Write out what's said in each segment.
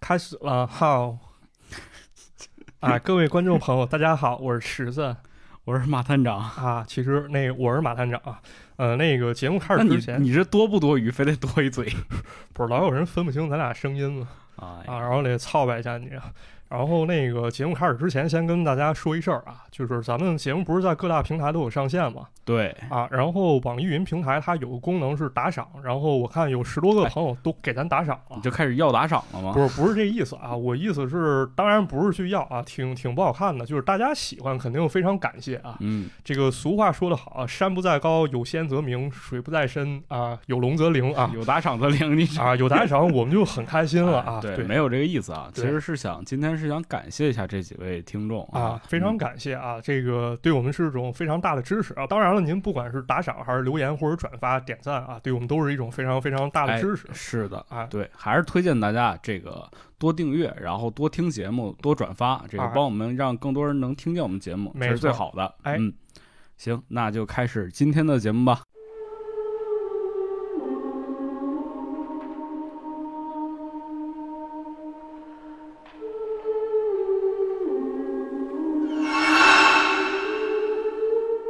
开始了， 好。啊，各位观众朋友，大家好，我是池子我是马探长。啊。其实那我是马探长啊，呃，那个节目开那始你之前，你这多不多余，非得多一嘴不是老有人分不清咱俩声音吗？啊 啊，然后得操办一下你。啊然后那个节目开始之前，先跟大家说一事儿啊，就是咱们节目不是在各大平台都有上线吗？对，啊，然后网易云平台它有个功能是打赏，然后我看有十多个哎朋友都给咱打赏了你。就开始要打赏了吗？不是不是这意思啊，我意思是，当然不是去要啊，挺挺不好看的，就是大家喜欢肯定非常感谢啊。嗯，。这个俗话说得好啊，山不在高，有仙则名；水不在深啊，有龙则灵啊有打赏则 灵，你这啊，有打赏我们就很开心了啊。 哎对，对没有这个意思啊。其对实是想今天是想感谢一下这几位听众啊，非常感谢啊，这个对我们是一种非常大的支持啊。当然了，您不管是打赏还是留言或者转发、点赞啊，对我们都是一种非常非常大的哎支持。是的哎对，还是推荐大家这个多订阅，然后多听节目，多转发，这个哎帮我们让更多人能听见我们节目，没这是最错好的。哎嗯，行，那就开始今天的节目吧。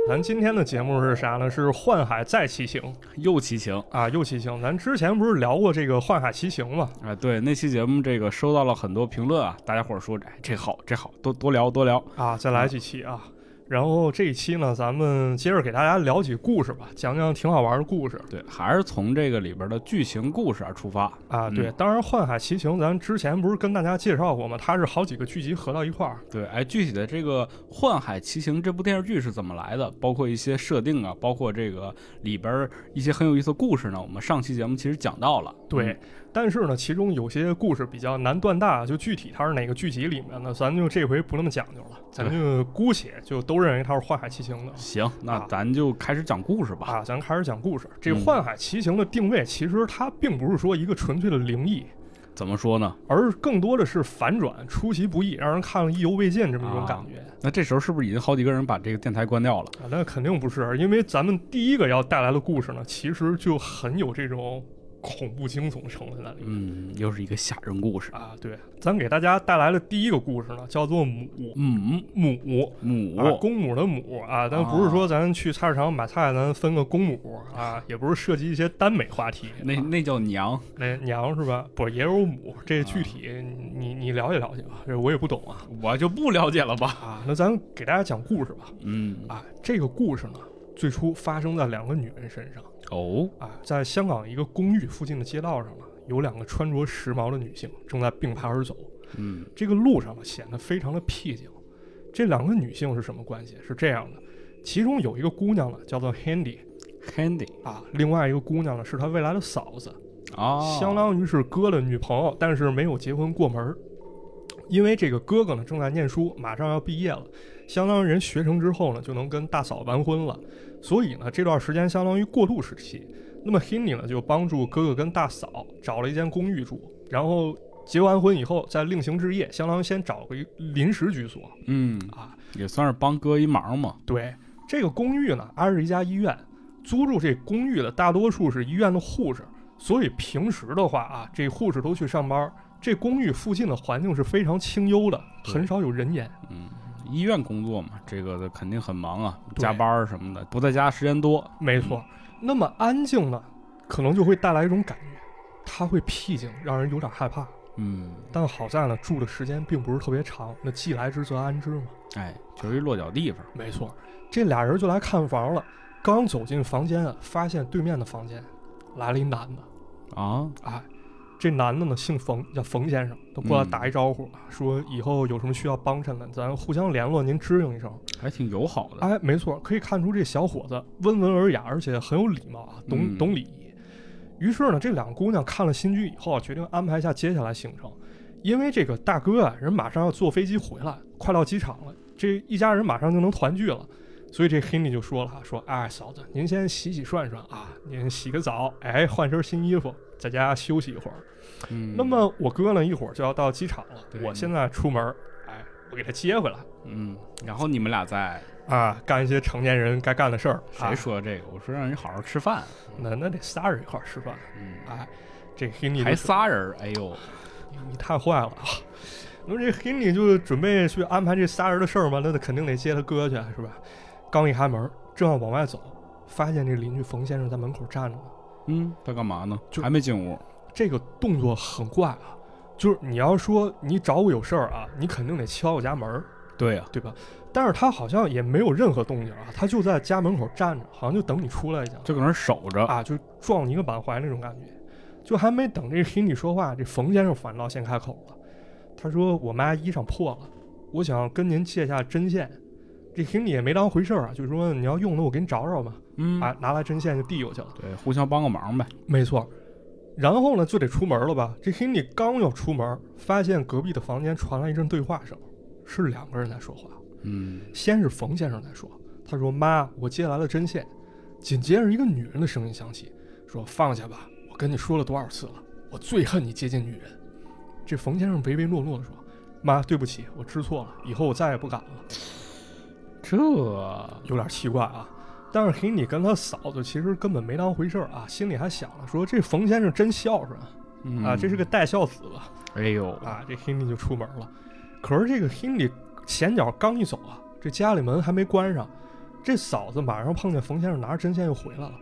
咱今天的节目是啥呢？是《幻海再骑行》又骑行啊，又骑行。咱之前不是聊过这个《幻海骑行》吗？啊，对，那期节目这个收到了很多评论啊，大家伙儿说，哎，这好，这好，多多聊多聊。啊，再来几期啊。然后这一期呢，咱们接着给大家聊几故事吧，讲讲挺好玩的故事对，还是从这个里边的剧情故事啊出发。啊。嗯对，当然《幻海奇行》咱之前不是跟大家介绍过吗？它是好几个剧集合到一块儿对，哎，具体的这个《幻海奇行》这部电视剧是怎么来的，包括一些设定啊，包括这个里边儿一些很有意思的故事呢，我们上期节目其实讲到了。对，嗯但是呢，其中有些故事比较难断大，就具体它是哪个剧集里面的，咱就这回不那么讲究了，咱就姑且就都认为它是《幻海奇行》的。行，那啊咱就开始讲故事吧。啊，咱开始讲故事。这《嗯幻海奇行》的定位，其实它并不是说一个纯粹的灵异，怎么说呢？而更多的是反转、出其不意，让人看了意犹未尽这么一种感觉。那这时候是不是已经好几个人把这个电台关掉了？啊，那肯定不是，因为咱们第一个要带来的故事呢，其实就很有这种恐怖惊悚成分在里面、嗯，又是一个吓人故事。啊。对，咱给大家带来的第一个故事呢，叫做母嗯，母。母、啊，公母的母啊，但不是说咱去菜市场买菜，咱分个公母啊，也不是涉及一些耽美话题。那啊那叫娘。那娘是吧？不是也有母，这具体你你了解了解吧，这我也不懂啊。我就不了解了吧？啊，那咱给大家讲故事吧。嗯，啊，这个故事呢，最初发生在两个女人身上。哦，啊，在香港一个公寓附近的街道上呢，有两个穿着时髦的女性正在并排而走。嗯，这个路上呢，显得非常的僻静。这两个女性是什么关系？是这样的，其中有一个姑娘呢，叫做 Handy Candy 啊，另外一个姑娘呢，是她未来的嫂子，啊，相当于是哥的女朋友，但是没有结婚过门儿。因为这个哥哥呢正在念书，马上要毕业了，相当于人学成之后呢就能跟大嫂完婚了，所以呢这段时间相当于过渡时期。那么 Henry 呢就帮助哥哥跟大嫂找了一间公寓住，然后结完婚以后再另行置业，相当于先找个一临时居所嗯，啊。也算是帮哥一忙嘛。对，这个公寓呢挨着一家医院，租住这公寓的大多数是医院的护士，所以平时的话啊，这护士都去上班。这公寓附近的环境是非常清幽的，对很少有人烟。嗯，医院工作嘛，这个肯定很忙啊，对加班儿什么的，不在家时间多。没错，那么安静呢，可能就会带来一种感觉，它会僻静，让人有点害怕。嗯，但好在呢，住的时间并不是特别长，那既来之则安之嘛。哎，就是一落脚地方。没错，这俩人就来看房了。刚走进房间啊，发现对面的房间来了一男的。啊，哎，这男的呢姓冯，叫冯先生，都过来打一招呼，说以后有什么需要帮衬的，咱互相联络，您支应一声。还挺友好的。哎，没错，可以看出这小伙子温文尔雅，而且很有礼貌啊，懂、嗯懂礼仪。于是呢，这两个姑娘看了新居以后啊，决定安排一下接下来行程，因为这个大哥啊，人马上要坐飞机回来，快到机场了，这一家人马上就能团聚了。所以这 Henry 就说了啊，说哎嫂子，您先洗洗涮涮啊，您洗个澡，哎换身新衣服，在家休息一会儿。嗯，那么我哥呢，一会儿就要到机场了，对我现在出门儿，哎，我给他接回来嗯，然后你们俩在啊，干一些成年人该干的事儿。谁啊说这个？我说让人好好吃饭。那那得仨人一块儿吃饭，嗯，哎，这 Henry 还就说仨人儿，哎呦，你你太坏了 啊！那这 Henry 就准备去安排这仨人的事儿嘛，那他肯定得接他哥去，是吧？刚一开门，正要往外走，发现这邻居冯先生在门口站着呢。嗯，他干嘛呢？就还没进屋。这个动作很怪啊，就是你要说你找我有事儿啊，你肯定得敲我家门儿，对呀、对吧？但是他好像也没有任何动静啊，他就在家门口站着，好像就等你出来一样。就搁那儿守着。啊，就撞你一个满怀那种感觉。就还没等这个 Hindi 说话，这冯先生反倒先开口了。他说：“我妈衣裳破了，我想跟您借下针线。”这 Hindi 也没当回事儿啊，就说：“你要用了，我给你找找吧。”嗯，啊，拿来针线就递过去了。对，互相帮个忙呗。没错。然后呢，就得出门了吧？这 Hindi 刚要出门，发现隔壁的房间传来一阵对话声，是两个人在说话。嗯，先是冯先生在说，他说：“妈，我借来了针线。”紧接着一个女人的声音响起，说：“放下吧，我跟你说了多少次了，我最恨你接近女人。”这冯先生唯唯诺诺地说：“妈，对不起，我知错了，以后我再也不敢了。这”有点奇怪啊。但是 Henry 跟他嫂子其实根本没当回事儿啊，心里还想着说这冯先生真孝顺啊嗯啊，这是个带孝子吧？哎呦啊，这 Hindi 就出门了。可是这个 Hindi 前脚刚一走啊，这家里门还没关上，这嫂子马上碰见冯先生拿着针线又回来了。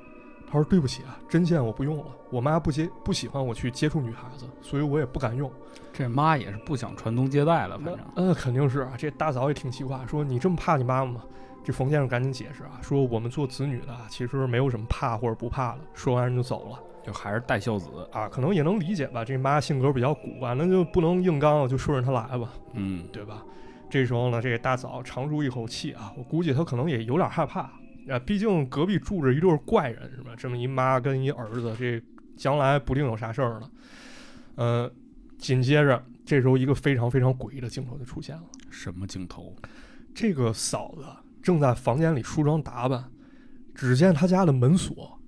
他说：“对不起啊，针线我不用了，我妈不接不喜欢我去接触女孩子，所以我也不敢用。这妈也是不想传宗接代了，啊反那正呃，肯定是啊。这大嫂也挺奇怪，说你这么怕你妈妈吗？这冯先生赶紧解释啊，说我们做子女的啊，其实没有什么怕或者不怕的。说完人就走了。就还是带孝子。啊，可能也能理解吧，这妈性格比较古怪，那就不能硬刚，就顺着她来吧。嗯，对吧？这时候呢，这个大嫂长舒一口气啊，我估计她可能也有点害怕啊，毕竟隔壁住着一对儿怪人是吧？这么一妈跟一儿子，这将来不定有啥事儿呢。呃，紧接着这时候一个非常非常诡异的镜头就出现了，什么镜头？这个嫂子正在房间里梳妆打扮，只见她家的门锁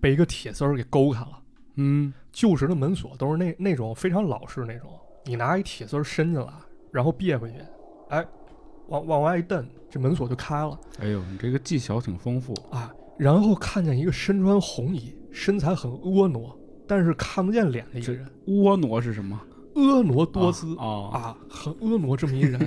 被一个铁丝儿给勾开了。嗯，旧时的门锁都是那那种非常老式那种，你拿一铁丝儿伸进来，然后别回去，哎，往往外一蹬，这门锁就开了哎呦，你这个技巧挺丰富。啊。然后看见一个身穿红衣、身材很婀娜，但是看不见脸的一个人，婀娜是什么？婀娜多姿啊啊啊，很婀娜这么一 人，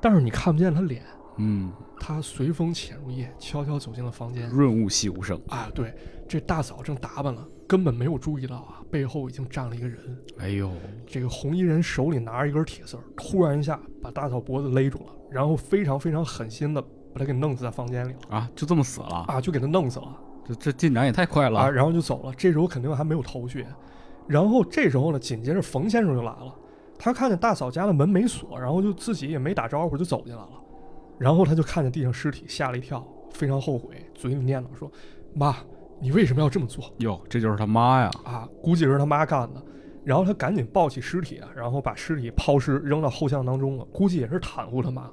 但是你看不见他脸。嗯，他随风潜入夜，悄悄走进了房间。润物细无声。啊，对，这大嫂正打扮了，根本没有注意到啊，背后已经站了一个人。哎呦，这个红衣人手里拿着一根铁丝儿，突然一下把大嫂脖子勒住了，然后非常非常狠心的把她给弄死在房间里了啊，就这么死了？啊，就给她弄死了这这进展也太快了。啊，然后就走了。这时候肯定还没有头绪，然后这时候呢，紧接着冯先生就来了，他看见大嫂家的门没锁，然后就自己也没打招呼就走进来了，然后他就看见地上尸体，吓了一跳，非常后悔，嘴里念叨说：“妈，你为什么要这么做？”哟，这就是他妈呀！啊，估计是他妈干的。然后他赶紧抱起尸体啊，然后把尸体抛尸扔到后巷当中了，估计也是袒护他妈，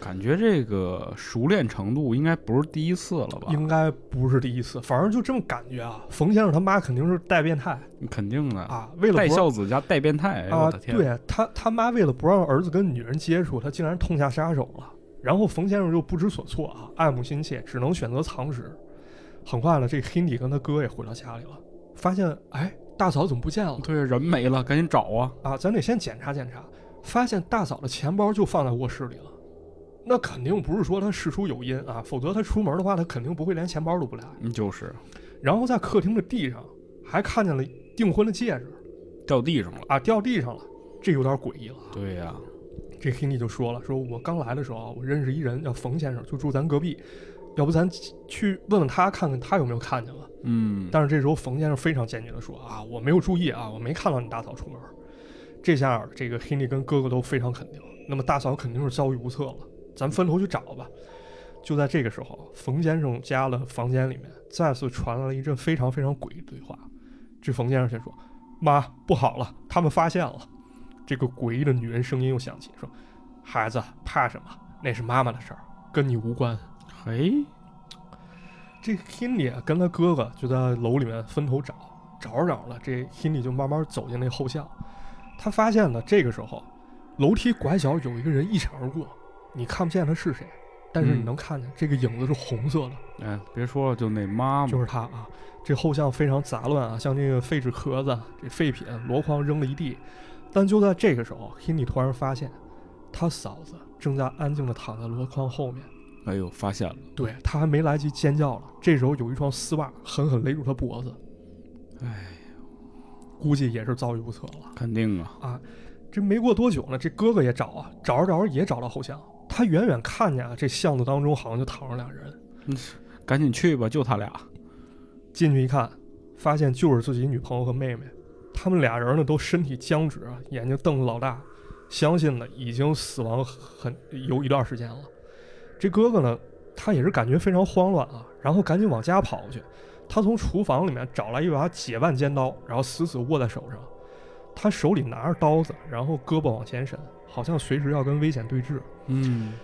感觉这个熟练程度应该不是第一次了吧？应该不是第一次，反正就这么感觉啊。冯先生他妈肯定是带变态肯定的，啊，为了带不让孝子加带变态。哎呦啊，我的天！对他他妈为了不让儿子跟女人接触，他竟然痛下杀手了。然后冯先生又不知所措啊，爱慕心切，只能选择藏尸。很快呢，这 Hindi 跟他哥也回到家里了，发现哎，大嫂怎么不见了？对，人没了，赶紧找啊！啊，咱得先检查检查，发现大嫂的钱包就放在卧室里了。那肯定不是说她事出有因啊，否则她出门的话，她肯定不会连钱包都不带。嗯就是然后在客厅的地上还看见了订婚的戒指掉地上了。啊，掉地上了，这有点诡异了。对呀、这 Henny 就说了，说我刚来的时候啊，我认识一人叫冯先生，就住咱隔壁，要不咱去问问他，看看他有没有看见了。嗯，但是这时候冯先生非常坚决地说：“啊，我没有注意啊，我没看到你大嫂出门。”这下这个黑利跟哥哥都非常肯定，那么大嫂肯定是遭遇不测了，咱分头去找吧。就在这个时候，冯先生家的房间里面再次传来了一阵非常非常诡异的对话。这冯先生先说：“妈，不好了，他们发现了。”这个诡异的女人声音又响起，说：“孩子，怕什么？那是妈妈的事儿，跟你无关。”嘿，这 Hindi 啊跟他哥哥就在楼里面分头找，找着找着，这 Hindi 就慢慢走进那后巷。他发现呢，这个时候楼梯拐角有一个人一闪而过，你看不见他是谁，但是你嗯能看见这个影子是红色的，哎，别说了，就那妈就妈，是他啊。这后巷非常杂乱啊，像这个废纸壳子、这废品、箩筐扔了一地。但就在这个时候 k i n d y 突然发现，他嫂子正在安静地躺在箩筐后面。哎呦，发现了，对他还没来及尖叫了，这时候有一双丝袜狠狠勒住他脖子，哎，估计也是遭遇不测了。肯定啊，这没过多久呢，这哥哥也找啊，找着找着也找到后巷。他远远看见啊，这巷子当中好像就躺着俩人。赶紧去吧，就他俩，进去一看，发现就是自己女朋友和妹妹。他们俩人呢都身体僵直啊，眼睛瞪得老大，相信呢已经死亡很有一段时间了。这哥哥呢，他也是感觉非常慌乱啊，然后赶紧往家跑去。他从厨房里面找来一把解腕尖刀，然后死死握在手上。他手里拿着刀子，然后胳膊往前伸，好像随时要跟危险对峙。嗯，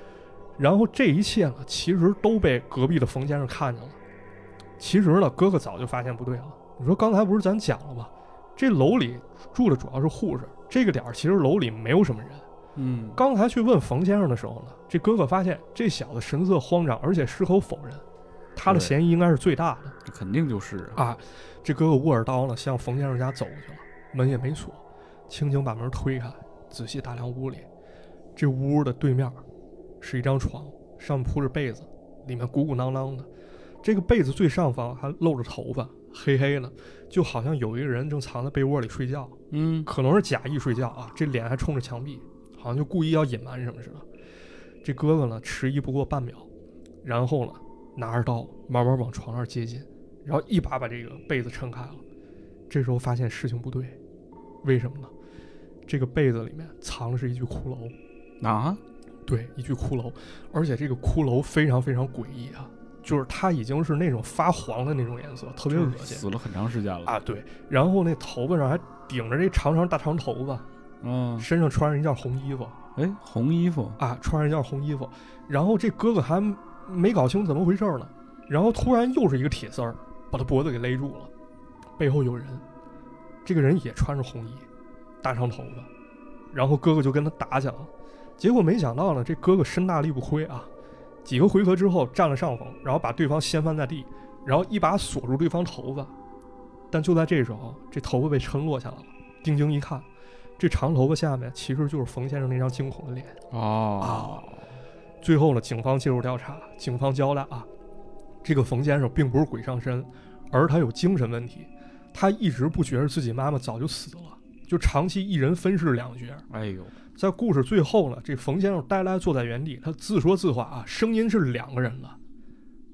然后这一切呢，其实都被隔壁的冯先生看见了。其实呢，哥哥早就发现不对了。你说刚才不是咱讲了吗？这楼里住的主要是护士，这个点儿其实楼里没有什么人。嗯，刚才去问冯先生的时候呢，这哥哥发现这小子神色慌张，而且矢口否认，他的对嫌疑应该是最大的。这肯定就是啊，啊，这哥哥握着刀呢，向冯先生家走过去了，门也没锁，轻轻把门推开，仔细打量屋里。这屋的对面是一张床，上面铺着被子，里面鼓鼓囊囊的。这个被子最上方还露着头发，黑黑的，就好像有一个人正藏在被窝里睡觉，嗯，可能是假意睡觉啊。这脸还冲着墙壁，好像就故意要隐瞒什么似的。这哥哥呢，迟疑不过半秒，然后呢，拿着刀慢慢往床上接近，然后一把把这个被子撑开了。这时候发现事情不对，为什么呢？这个被子里面藏的是一具骷髅，啊，对，一具骷髅，而且这个骷髅非常非常诡异啊，就是它已经是那种发黄的那种颜色，特别恶就是心死了很长时间了，啊。对，然后那头发上还顶着这长长大长头发，嗯，身上穿着一件红衣服哎，红衣服，啊，穿着一件红衣服，然后这哥哥还没搞清怎么回事呢，然后突然又是一个铁丝儿把他脖子给勒住了，背后有人，这个人也穿着红衣，大长头发，然后哥哥就跟他打起来了，结果没想到呢，这哥哥身大力不亏啊，几个回合之后占了上风，然后把对方掀翻在地，然后一把锁住对方头发，但就在这时候，这头发被抻落下来了，定睛一看。这长头发下面其实就是冯先生那张惊恐的脸。哦，啊最后呢，警方介入调查，警方交代啊，这个冯先生并不是鬼上身，而他有精神问题，他一直不觉得自己妈妈早就死了，就长期一人分饰两角。哎呦，在故事最后呢，这冯先生呆呆坐在原地，他自说自话啊，声音是两个人的，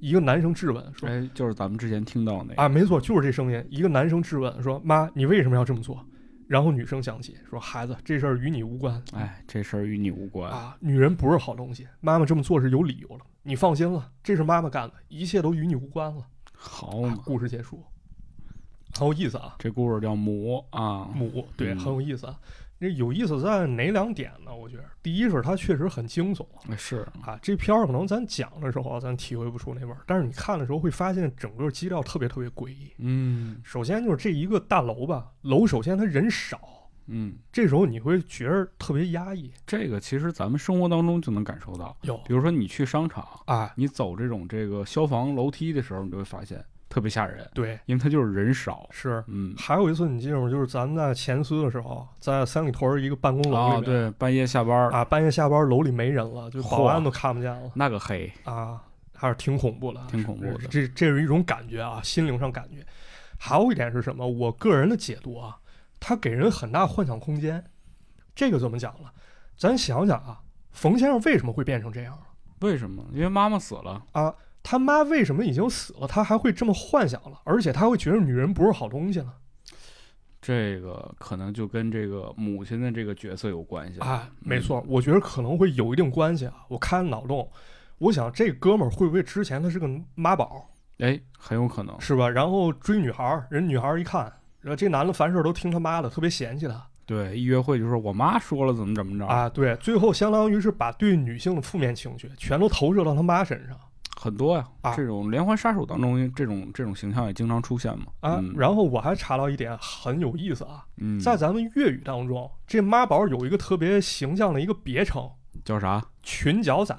一个男生质问说哎，就是咱们之前听到那个，啊，没错，就是这声音。一个男生质问说：“妈，你为什么要这么做？”然后女生想起说：“孩子，这事儿与你无关哎，这事儿与你无关，啊，女人不是好东西，妈妈这么做是有理由了。你放心了，这是妈妈干的，一切都与你无关了。好啊嘛，故事结束，很有意思啊，这故事叫魔啊，母对，嗯很有意思啊。这有意思在哪两点呢？我觉得，第一是它确实很惊悚哎是，啊，这片儿可能咱讲的时候啊咱体会不出那味儿，但是你看的时候会发现整个基调特别特别诡异。嗯首先就是这一个大楼吧，楼首先它人少，嗯，这时候你会觉得特别压抑。这个其实咱们生活当中就能感受到，有比如说你去商场，啊，你走这种这个消防楼梯的时候，你就会发现特别吓人，对，因为它就是人少，是。嗯，还有一次你记得吗？就是咱们在前司的时候，在三里屯儿一个办公楼啊，里面，对，半夜下班儿、啊，半夜下班楼里没人了，就保安都看不见了那个黑，啊，还是挺恐怖的，啊挺恐怖的是这这是一种感觉啊，心灵上感觉。还有一点是什么？我个人的解读啊，它给人很大幻想空间。这个怎么讲呢？咱想想啊，冯先生为什么会变成这样？为什么？因为妈妈死了，他妈为什么已经死了，他还会这么幻想了？而且他会觉得女人不是好东西呢？这个可能就跟这个母亲的这个角色有关系了，啊，没错，我觉得可能会有一定关系啊。我开脑洞，我想这哥们儿会不会之前他是个妈宝，哎，很有可能，是吧？然后追女孩儿，人女孩儿一看，然后这男的凡事都听他妈的，特别嫌弃他对，一约会就说我妈说了怎么怎么着，啊。对，最后相当于是把对女性的负面情绪全都投射到他妈身上很多呀、啊这种连环杀手当中，这种这种形象也经常出现嘛。啊。嗯、然后我还查到一点很有意思啊，嗯，在咱们粤语当中，这妈宝有一个特别形象的一个别称叫啥？ ——裙脚仔。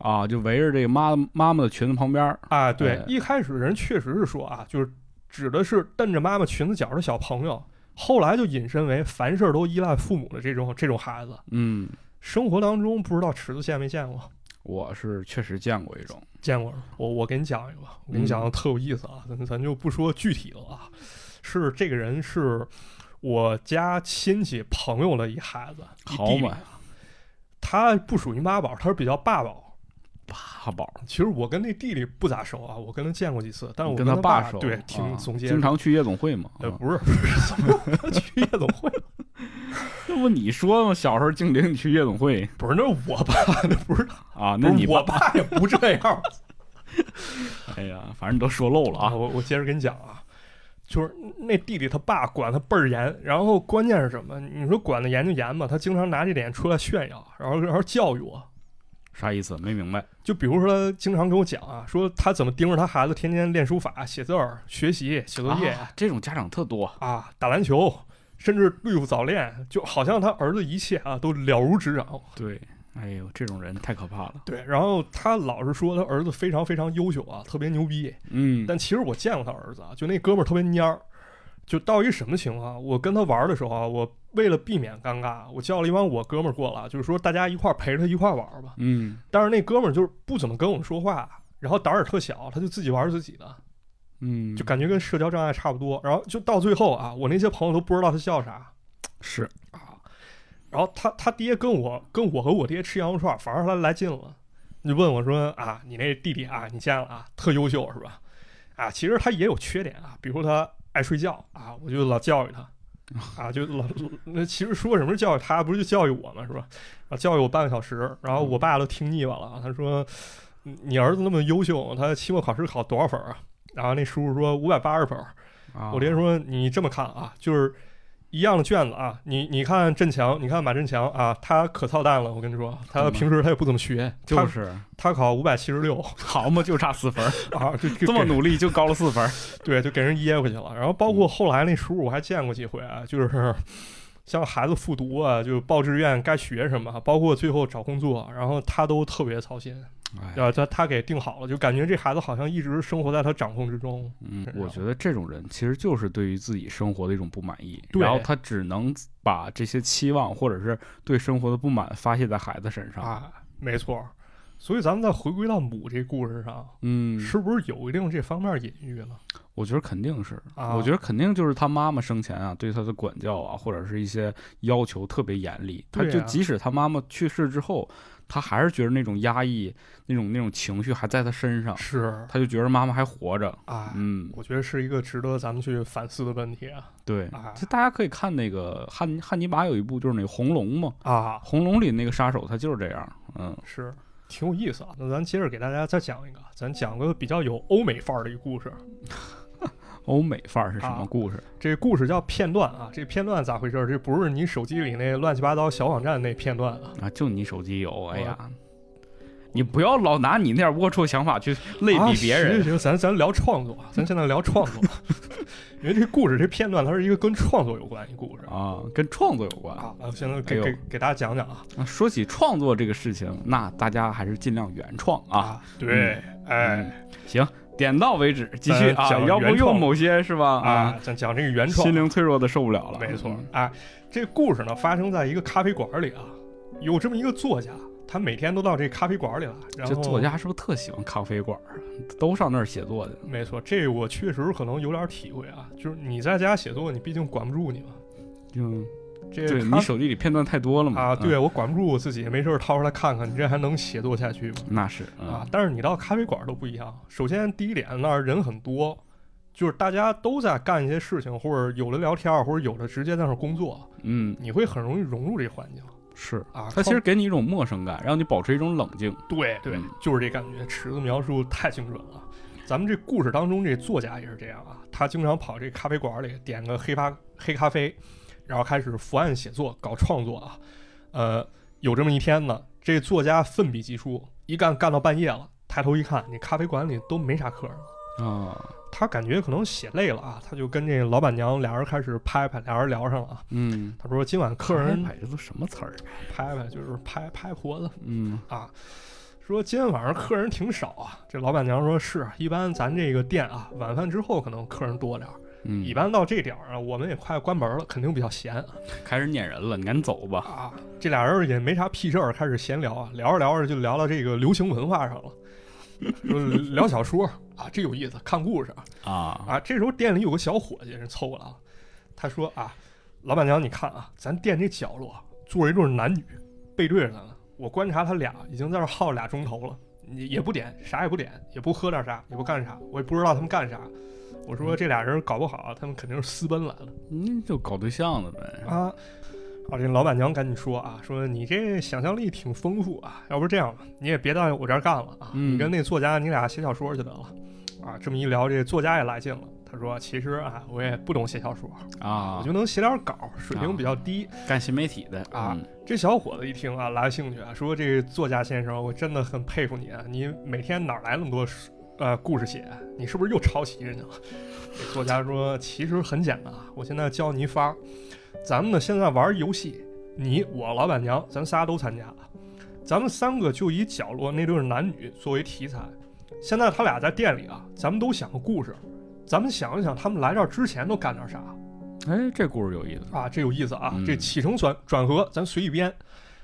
啊，就围着这个妈妈妈的裙子旁边儿啊，对，哎一开始人确实是说啊，就是指的是蹬着妈妈裙子脚的小朋友，后来就引申为凡事都依赖父母的这种这种孩子，嗯，生活当中不知道池子见没见过。我是确实见过一种，见过，我我给你讲一个吧，我给你嗯讲个特有意思啊，咱咱就不说具体了啊，是这个人是我家亲戚朋友的一孩子，一好弟弟嘛，他不属于妈宝，他是比较爸宝。爸宝其实我跟那弟弟不咋熟啊，我跟他见过几次，但是我跟他他爸熟，对啊挺总结，经常去夜总会嘛，呃啊不是不 是怎么他去夜总会，这不你说吗？小时候净领你去夜总会不是那是我爸，那不是啊，那不你是我爸，爸 也不这样，哎呀，反正都说漏了啊，啊，我我接着跟你讲啊，就是那弟弟他爸管他倍儿严，然后关键是什么？你说管的严就严吧，他经常拿这点出来炫耀，然后然后教育我。啥意思？没明白就比如说，经常跟我讲啊，说他怎么盯着他孩子天天练书法、写字儿、学习、写作业啊？这种家长特多，啊、打篮球，甚至对付早恋，就好像他儿子一切啊都了如指掌。对，哎呦，这种人太可怕了，对，然后他老是说他儿子非常非常优秀啊，特别牛逼，嗯，但其实我见过他儿子啊，就那哥们儿特别蔫儿，就到一什么情况啊？我跟他玩儿的时候啊，我为了避免尴尬，我叫了一帮我哥们儿过来，就是说大家一块儿陪着他一块儿玩儿吧。嗯但是那哥们儿就是不怎么跟我们说话，然后胆儿也特小，他就自己玩儿自己的，嗯，就感觉跟社交障碍差不多。然后就到最后啊，我那些朋友都不知道他叫啥是啊。然后他他爹跟我跟我和我爹吃羊肉串儿，反而他来劲了，就问我说啊，你那弟弟啊，你见了啊，特优秀是吧？啊，其实他也有缺点啊，比如他爱睡觉啊，我就老教育他。啊，就老那其实说什么是教育他，不是就教育我嘛，是吧？啊，教育我半个小时，然后我爸都听腻歪了啊，他说你你儿子那么优秀，他期末考试考多少分儿啊？然后那叔叔说五百八十分儿，啊，我爹说：“你这么看啊，就是一样的卷子啊，你你看振强，你看马振强啊，他可操蛋了。我跟你说，他怎么平时他也不怎么学，就、是他他考五百七十六好嘛，就差四分儿，啊，就就 这么给努力嗯就高了 四分儿，对，就给人噎回去了。然后包括后来那叔，我还见过几回啊，就是 像孩子复读啊，就报志愿该学什么，包括最后找工作，然后他都特别操心，哎对吧？他他给定好了，就感觉这孩子好像一直生活在他掌控之中。嗯是，我吧觉得这种人其实就是对于自己生活的一种不满意，对然后他只能把这些期望或者是对生活的不满发泄在孩子身上。啊，没错。”所以咱们再回归到母这故事上，嗯，是不是有一定这方面隐喻了？我觉得肯定是，啊，我觉得肯定就是他妈妈生前啊对他的管教啊，或者是一些要求特别严厉，他对就啊即使他妈妈去世之后，他还是觉得那种压抑、那种那种情绪还在他身上，是他就觉得妈妈还活着。啊，嗯，我觉得是一个值得咱们去反思的问题啊对，啊就大家可以看那个汉汉尼拔有一部就是那个《红龙》嘛，啊《红龙》里那个杀手他就是这样，嗯。是。挺有意思啊，那咱接着给大家再讲一个，咱讲个比较有欧美范儿的一个故事。欧美范儿是什么啊故事？这故事叫片段啊，这片段咋回事儿？这不是你手机里那乱七八糟小网站那片段啊。啊，就你手机有，哎呀，你不要老拿你那点龌龊想法去类啊比别人行。行，咱咱聊创作，啊咱现在聊创 作，因为这故事这片段它是一个跟创作有关的故事啊。啊，跟创作有关啊，我现在给哎呦给给大家讲讲啊啊说起创作这个事情，那大家还是尽量原创啊。，对，哎，嗯，行，点到为止，继续咱啊。呃讲要不原又创某些是吧？啊，，咱讲这个原创，心灵脆弱的受不了了。没错嗯，啊。这故事呢发生在一个咖啡馆里啊，有这么一个作家，他每天都到这咖啡馆里来。然这后作，家是不是特喜欢咖啡馆儿啊？都上那儿写作去。没错，这我确实可能有点体会啊，就是你在家写作，你毕竟管不住你嘛。嗯，这对咖你手机里片段太多了嘛。啊，嗯对，我管不住我自己，没事儿掏出来看看，你这还能写作下去吗？那是啊嗯，但是你到咖啡馆都不一样。首先第一点，那儿人很多，就是大家都在干一些事情，或者有的聊天儿，或者有的直接在那儿工作，嗯你会很容易融入这环境是。啊。它其实给你一种陌生感，让你保持一种冷静。对对嗯，就是这感觉。池子描述太精准了。咱们这故事当中，这作家也是这样啊，他经常跑这咖啡馆里点个黑咖黑咖啡，然后开始伏案写作，搞创作啊。呃，有这么一天呢，这作家奋笔疾书，一干干到半夜了，抬头一看，那咖啡馆里都没啥客人了。啊，他感觉可能写累了啊，他就跟这老板娘俩人开始拍拍，俩人聊上了啊。嗯，他说今晚客人拍这都什么词儿？拍拍就是拍拍婆子，嗯啊，说今天晚上客人挺少啊。这老板娘说是，一般咱这个店啊，晚饭之后可能客人多点儿，嗯，一般到这点儿啊，我们也快关门了，肯定比较闲开始撵人了，你赶紧走吧。啊。这俩人也没啥屁事儿，开始闲聊啊，聊着聊着就聊到这个流行文化上了，说聊小说啊，这有意思，看故事啊。啊，啊，这时候店里有个小伙计人凑过来了，他说啊，老板娘，你看啊，咱店这角落坐着一对男女，背对着咱们，我观察他俩已经在这耗俩钟头了，也也不点，啥也不点，也不喝点啥，也不干啥，我也不知道他们干啥。我说这俩人搞不好，他们肯定是私奔来了嗯，就搞对象的呗。啊！啊，这老板娘赶紧说啊，说你这想象力挺丰富啊，要不这样吧，你也别在我这儿干了啊，嗯你跟那作家你俩写小说去得了。啊，这么一聊，这作家也来劲了。他说：“其实啊，我也不懂写小说，我啊就，能写点稿，水平比较低。干新媒体的嗯啊，这小伙子一听啊，来兴趣啊，说：“这作家先生，我真的很佩服你啊，你每天哪儿来那么多书呃故事写？你是不是又抄袭人家了？”这作家说：“其实很简单，啊，我现在教你一法儿，咱们呢现在玩游戏，你我老板娘，咱仨都参加，啊咱们三个就以角落那对男女作为题材。现在他俩在店里啊，咱们都想个故事，咱们想一想他们来这儿之前都干点啥。”哎，这故事有意思。啊，这有意思啊！嗯这起承转转合，咱随意编。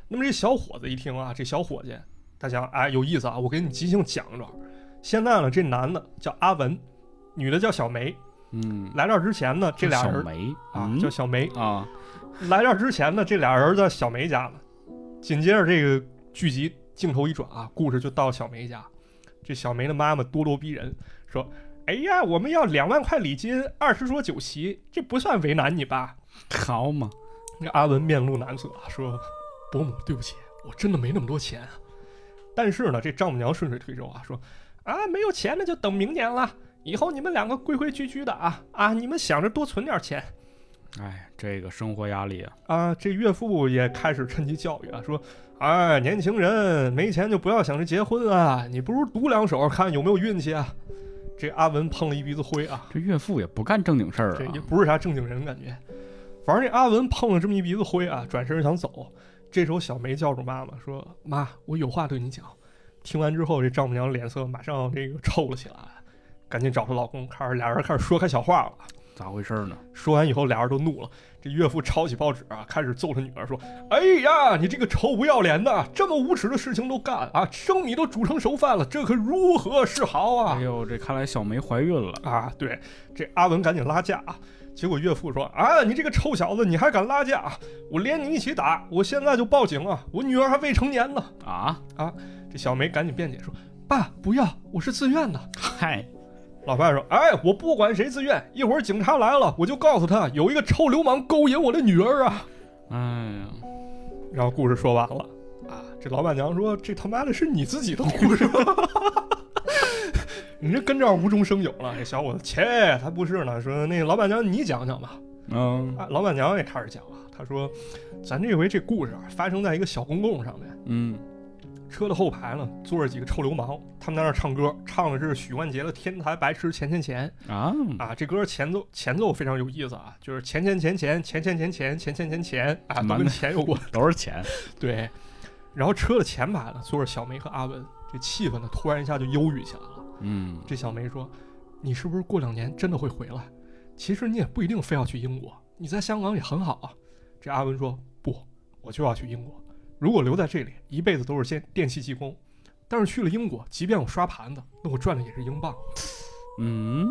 那么这小伙子一听啊，这小伙计，他想，哎，有意思啊！我给你即兴讲着。现在呢，这男的叫阿文，女的叫小梅。嗯，来这儿之前呢，这俩小人梅啊嗯叫小梅。 啊，来这儿之前呢，这俩人在小梅家呢。紧接着这个剧集镜头一转啊，故事就到小梅家。这小梅的妈妈咄咄逼人，说：“哎呀，我们要两万块礼金，二十桌酒席，这不算为难你吧？”好嘛，那阿文面露难色啊，说：“伯母，对不起，我真的没那么多钱。”啊但是呢，这丈母娘顺水推舟啊，说：“啊，没有钱那就等明年了，以后你们两个规规矩矩的啊啊，你们想着多存点钱哎，这个生活压力啊，啊。”这岳父也开始趁机教育啊，说：“哎，年轻人没钱就不要想着结婚啊，你不如赌两手看有没有运气啊。”这阿文碰了一鼻子灰啊，这岳父也不干正经事儿这也啊。不是啥正经人感觉。反正这阿文碰了这么一鼻子灰啊，转身想走。这时候小梅叫住妈妈说：“妈，我有话对你讲。”听完之后，这丈母娘脸色马上这个臭了起来，赶紧找她老公，开始俩人开始说开小话了。咋回事呢？说完以后，俩人都怒了。这岳父抄起报纸啊，开始揍他女儿，说：“哎呀，你这个臭不要脸的，这么无耻的事情都干啊！生米都煮成熟饭了，这可如何是好啊哎！”呦，这看来小梅怀孕了。啊，对，这阿文赶紧拉架啊。结果岳父说：“啊，你这个臭小子，你还敢拉架啊？我连你一起打！我现在就报警啊！我女儿还未成年呢。啊，”这小梅赶紧辩解说：“爸，不要，我是自愿的。嗨，”老爸说：“哎，我不管谁自愿，一会儿警察来了，我就告诉他有一个臭流氓勾引我的女儿啊。哎呀，”然后故事说完了。啊，这老板娘说：“这他妈的是你自己的故事。” 你这跟这儿无中生有了，这小伙子，切，才不是呢。说那老板娘，你讲讲吧。嗯啊，老板娘也开始讲了，她说：“咱这回这故事啊，发生在一个小公共上面，嗯，车的后排呢坐着几个臭流氓，他们在那儿唱歌，唱的是许冠杰的《天才白痴钱钱钱啊，》啊，这歌前奏前奏非常有意思啊，就是钱钱钱钱钱钱钱钱钱钱钱钱啊，都蛮跟的钱有关。都是钱。对，然后车的前排呢坐着小梅和阿文，这气氛呢突然一下就忧郁起来了。嗯，这小梅说：“你是不是过两年真的会回来？其实你也不一定非要去英国，你在香港也很好啊。”这阿文说：“不，我就要去英国。如果留在这里，一辈子都是电电器技工。但是去了英国，即便我刷盘子，那我赚的也是英镑。嗯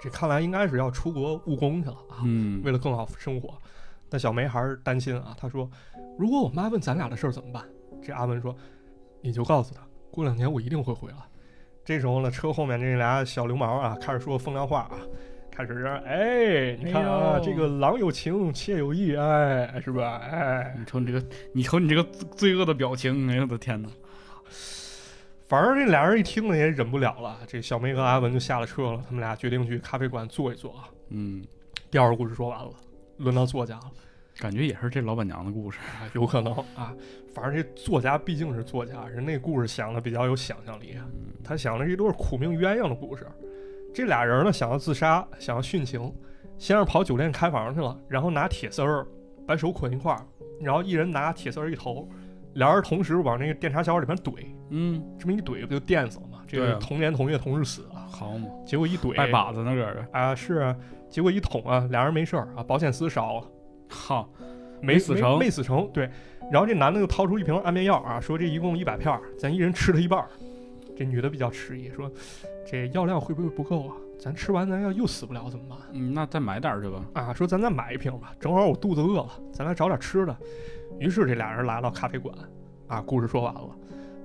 这看来应该是要出国务工去了啊，嗯，为了更好生活。”但小梅还是担心啊，她说：“如果我妈问咱俩的事儿怎么办？”这阿文说：“你就告诉她，过两年我一定会回来。”这时候呢，车后面这俩小流氓啊，开始说风凉话啊，开始哎，你看啊，哎呦这个郎有情，妾有意，哎，是吧？哎，你瞅你这个，你瞅你这个罪恶的表情，哎呦我的天哪！反正这俩人一听呢，也忍不了了。这小梅和阿文就下了车了，他们俩决定去咖啡馆坐一坐啊。嗯，第二个故事说完了，轮到作家了。感觉也是这老板娘的故事。啊，有可能啊。反正这作家毕竟是作家，人那故事想的比较有想象力啊，他想的是一对苦命鸳鸯的故事。这俩人呢，想要自杀，想要殉情，先是跑酒店开房去了，然后拿铁丝儿把手捆一块儿，然后一人拿铁丝儿一头，俩人同时往那个电闸小里面怼，嗯，这么一怼不就电死了吗？这对是啊同年同月同日死啊！好嘛，结果一怼，拜把子呢这是，啊，是啊，结果一捅啊，俩人没事儿啊，保险丝烧了，好，没没死成没死成。对，然后这男的又掏出一瓶安眠药啊，说这一共一百片儿，咱一人吃了一半儿。这女的比较迟疑，说这药量会不会不够啊？咱吃完咱要又死不了怎么办？嗯，那再买点儿去吧，啊，说咱再买一瓶吧，正好我肚子饿了，咱来找点吃的。于是这俩人来到咖啡馆，啊，故事说完了，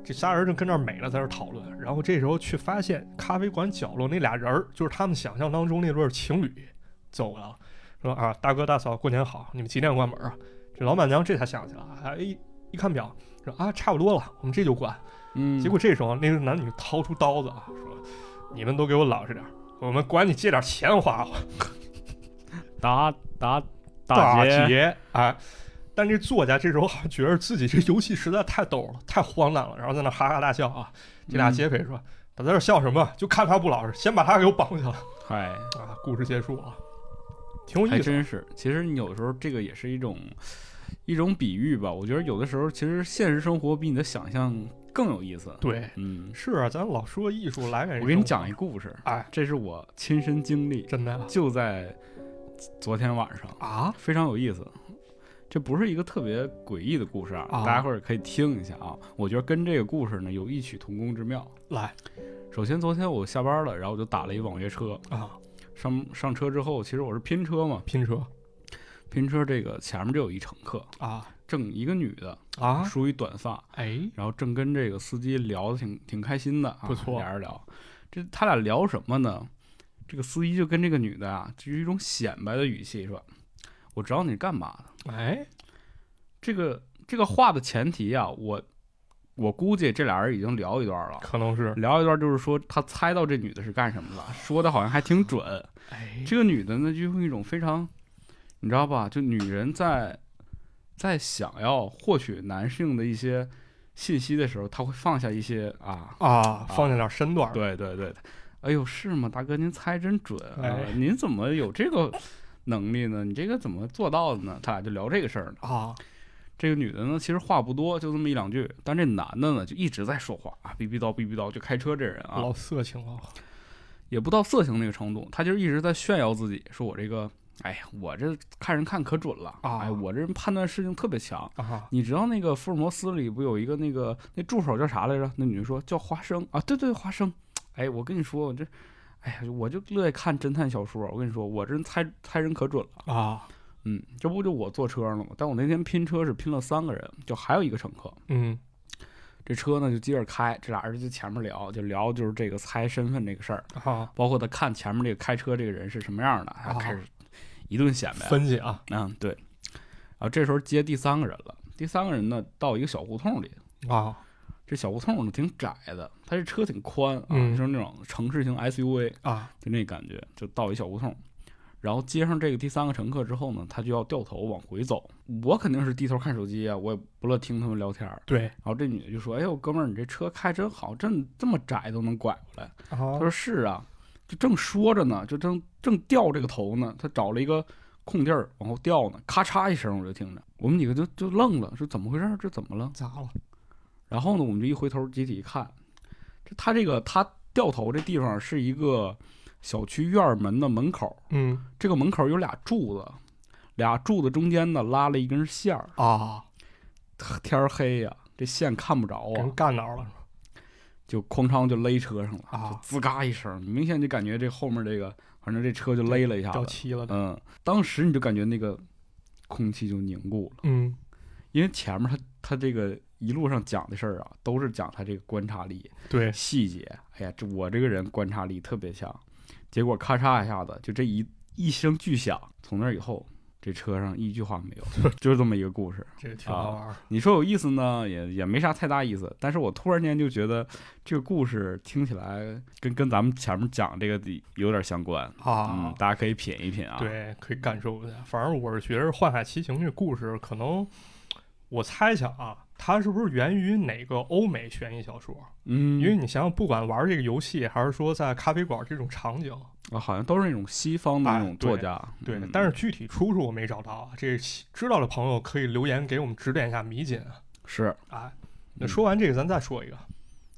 这仨人正跟那儿美呢，在这儿讨论。然后这时候却发现咖啡馆角落那俩人儿，就是他们想象当中那对儿情侣，走了，说啊，大哥大嫂过年好，你们几点关门啊？这老板娘这才想起来，哎，一一看表，说啊，差不多了，我们这就关。嗯，结果这时候那个男女掏出刀子啊，说你们都给我老实点儿，我们管你借点钱花花。啊打打大劫，劫哎！但这作家这时候好像觉得自己这游戏实在太逗了，太荒诞了，然后在那哈哈大笑啊。这俩嗯劫匪说：“他在这笑什么？就看他不老实，先把他给我绑起来嗨，啊！”故事结束了，挺有还意思。真是。其实你有时候这个也是一种一种比喻吧。我觉得有的时候其实现实生活比你的想象更有意思。对，嗯，是啊，咱老说艺术来源于我给你生讲活一故事，哎，这是我亲身经历，真的啊就在昨天晚上，啊，非常有意思。这不是一个特别诡异的故事啊，啊大家或者可以听一下啊。我觉得跟这个故事呢有异曲同工之妙。来首先，昨天我下班了，然后我就打了一网约车，啊，上上车之后，其实我是拼车嘛，拼车拼车这个前面就有一乘客，啊正一个女的，啊，梳一短发，哎，然后正跟这个司机聊的挺挺开心的、啊，不错俩人聊，这他俩聊什么呢？这个司机就跟这个女的啊，就是一种显摆的语气说：“我知道你是干嘛的。哎，”这个这个话的前提啊，我我估计这俩人已经聊一段了，可能是聊一段就是说他猜到这女的是干什么的，说的好像还挺准。哎，这个女的呢，就用一种非常，你知道吧？就女人在在想要获取男性的一些信息的时候，她会放下一些啊，啊，放下点身段儿，对对对，哎呦，是吗？大哥，您猜真准啊！哎您怎么有这个能力呢？你这个怎么做到的呢？他俩就聊这个事儿呢。啊，这个女的呢，其实话不多，就这么一两句，但这男的呢，就一直在说话啊，逼逼叨逼逼叨，就开车这人啊，老色情了，也不到色情那个程度，他就是一直在炫耀自己，说我这个，哎呀，我这看人看可准了，啊哎，我这人判断事情特别强。啊你知道那个福尔摩斯里不有一个那个那助手叫啥来着？那女的说叫花生啊，对对，花生。哎，我跟你说，我这，哎呀，我就乐意看侦探小说。我跟你说，我这人猜猜人可准了。啊，嗯，这不就我坐车上了吗？但我那天拼车是拼了三个人，就还有一个乘客。嗯这车呢就接着开，这俩人就前面聊，就聊就是这个猜身份这个事儿。啊，包括他看前面这个开车这个人是什么样的，他开始一顿显摆。分析啊，嗯，对。然后这时候接第三个人了，第三个人呢到一个小胡同里，啊。这小胡同呢挺窄的，他这车挺宽啊，嗯就是那种城市型 SUV，啊就那感觉，就到一小胡同。然后接上这个第三个乘客之后呢，他就要掉头往回走。我肯定是低头看手机啊，我也不乐听他们聊天儿。，对，然后这女的就说：“哎呦，哥们儿，你这车开真好，这这么窄都能拐过来。”他说是啊，就正说着呢，就正正掉这个头呢，他找了一个空地儿往后掉呢，咔嚓一声，我就听着，我们几个就就愣了，这怎么回事儿？这怎么了？咋了？然后呢，我们就一回头集体一看，这他这个他掉头这地方是一个小区院儿门的门口，嗯这个门口有俩柱子，俩柱子中间呢拉了一根线儿，啊，天儿黑呀、这线看不着给啊人，干那儿了就哐当就勒车上了，就啊，滋嘎一声，明显就感觉这后面这个，反正这车就勒了一下子掉，漆了的。嗯，当时你就感觉那个空气就凝固了，嗯因为前面他他这个一路上讲的事儿啊，都是讲他这个观察力、对，细节。哎呀，这我这个人观察力特别强，结果咔嚓一下子，就这一一声巨响，从那以后，这车上一句话没有， 就是这么一个故事。这个挺好玩儿。你说有意思呢，也也没啥太大意思，但是我突然间就觉得这个故事听起来跟跟咱们前面讲这个有点相关。嗯啊，，大家可以品一品啊。，对，可以感受一下。反正我是觉得《幻海奇行》这故事，可能我猜想啊，它是不是源于哪个欧美悬疑小说？嗯，因为你想想，不管玩这个游戏，还是说在咖啡馆这种场景，啊，好像都是那种西方的那哎种对作家。对，嗯但是具体出处我没找到啊。这知道的朋友可以留言给我们指点一下迷津啊。是，啊。那嗯说完这个，咱再说一个，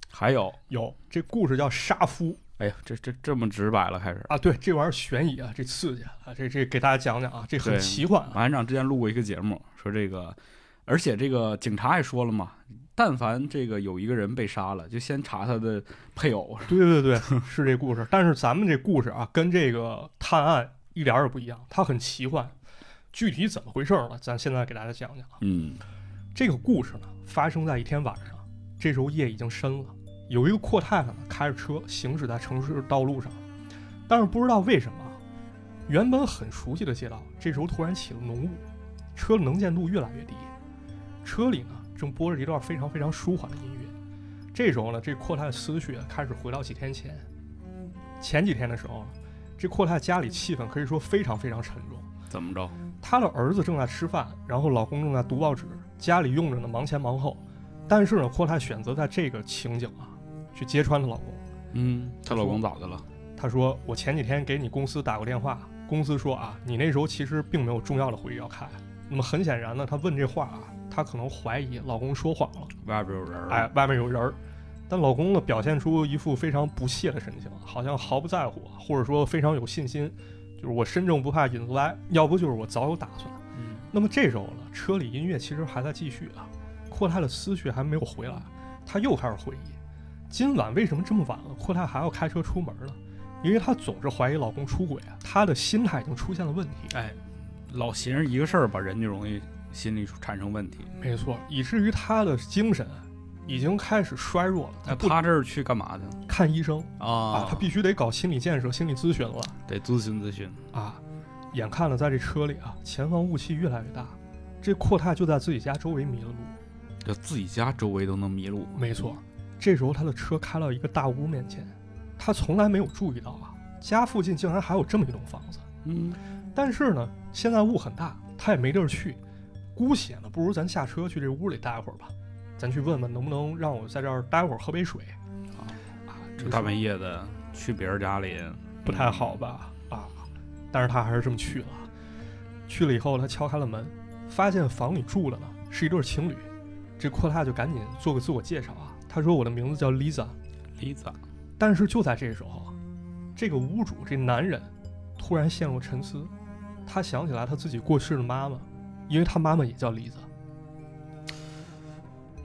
还有，有这故事叫杀夫哎呀，这这这么直白了，开始。啊，对，这玩意儿悬疑啊，这刺激啊，这这给大家讲讲啊，这很对奇幻啊，马院长之前录过一个节目，说这个，而且这个警察也说了嘛，但凡这个有一个人被杀了，就先查他的配偶。对对对，是这故事。但是咱们这故事啊，跟这个探案一点儿也不一样，它很奇幻。具体怎么回事儿呢？咱现在给大家讲讲啊。嗯这个故事呢，发生在一天晚上，这时候夜已经深了。有一个阔太太呢，开着车行驶在城市道路上，但是不知道为什么啊，原本很熟悉的街道，这时候突然起了浓雾，车的能见度越来越低。车里呢，正播着一段非常非常舒缓的音乐。这时候呢，这阔太太思绪啊开始回到几天前。前几天的时候呢，啊这阔太太家里气氛可以说非常非常沉重。怎么着？她的儿子正在吃饭，然后老公正在读报纸，家里用着呢，忙前忙后。但是呢，阔太选择在这个情景啊，去揭穿她老公。嗯，她老公咋的了？她说：“我前几天给你公司打过电话，公司说啊，你那时候其实并没有重要的会议要开。那么很显然呢，她问这话啊，她可能怀疑老公说谎了，外边有人儿。哎，，外面有人儿。但老公呢，表现出一副非常不屑的神情，好像毫不在乎，或者说非常有信心，就是我身正不怕影子歪，要不就是我早有打算。”嗯那么这时候呢，车里音乐其实还在继续啊，阔太的思绪还没有回来，他又开始回忆，今晚为什么这么晚了，阔太还要开车出门呢？因为她总是怀疑老公出轨啊，她的心态已经出现了问题。哎，老寻思一个事儿吧，人就容易心里产生问题。没错，以至于她的精神啊已经开始衰弱了。她那不他这儿去干嘛去？看医生哎啊啊，她必须得搞心理建设、心理咨询了。得咨询咨询。啊，眼看着在这车里啊，前方雾气越来越大，这阔太就在自己家周围迷了路。就自己家周围都能迷路。没错，这时候他的车开到一个大屋面前，他从来没有注意到啊，家附近竟然还有这么一栋房子。嗯，但是呢，现在雾很大，他也没地儿去，姑且呢，不如咱下车去这屋里待会儿吧，咱去问问能不能让我在这儿待会儿喝杯水。啊，这大没半夜的去别人家里，不太好吧？啊，但是他还是这么去了。去了以后，他敲开了门，发现房里住的呢是一对情侣。这阔太就赶紧做个自我介绍啊，他说我的名字叫 Lisa， ？Lisa，但是就在这时候啊，这个屋主这男人突然陷入沉思，他想起来他自己过世的妈妈，因为他妈妈也叫李子，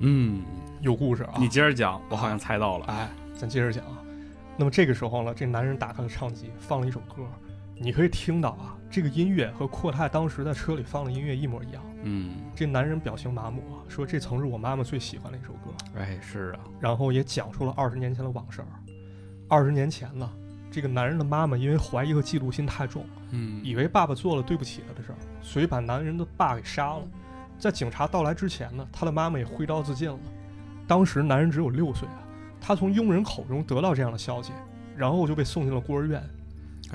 嗯，有故事啊。你接着讲，我好像猜到了。哎，咱接着讲啊。那么这个时候呢，这男人打开了唱机，放了一首歌，你可以听到啊，这个音乐和阔太当时在车里放的音乐一模一样。嗯，这男人表情麻木啊，说这曾是我妈妈最喜欢的一首歌。哎，是啊，然后也讲述了二十年前的往事儿。二十年前呢，这个男人的妈妈因为怀疑和嫉妒心太重，嗯，以为爸爸做了对不起他的事儿，所以把男人的爸给杀了。在警察到来之前呢，他的妈妈也挥刀自尽了。当时男人只有六岁啊，他从佣人口中得到这样的消息，然后就被送进了孤儿院。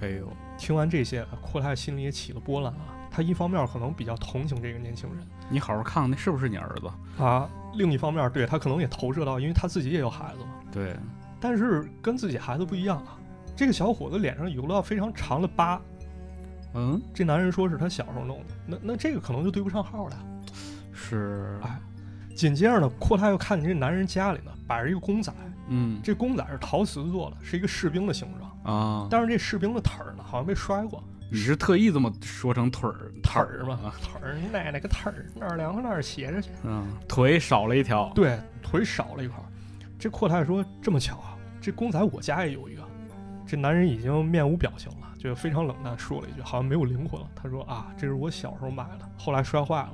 哎呦，听完这些，阔太心里也起了波澜啊。他一方面可能比较同情这个年轻人你好好看看那是不是你儿子？啊，另一方面对他可能也投射到，因为他自己也有孩子嘛。对，但是跟自己孩子不一样啊，这个小伙子脸上有道非常长的疤，嗯，这男人说是他小时候弄的，那那这个可能就对不上号了。是，啊哎紧接着呢，阔太又看见这男人家里呢摆着一个公仔，嗯这公仔是陶瓷做的，是一个士兵的形状，啊，但是这士兵的腿儿呢好像被摔过，你是特意这么说成腿儿腿儿嘛啊，腿儿你奶奶个腿儿，哪儿凉快哪儿斜着去，嗯，腿少了一条，对，腿少了一块儿。这阔太说这么巧啊，这公仔我家也有一个。这男人已经面无表情了，就非常冷淡说了一句，好像没有灵魂了。他说啊，这是我小时候买的，后来摔坏了。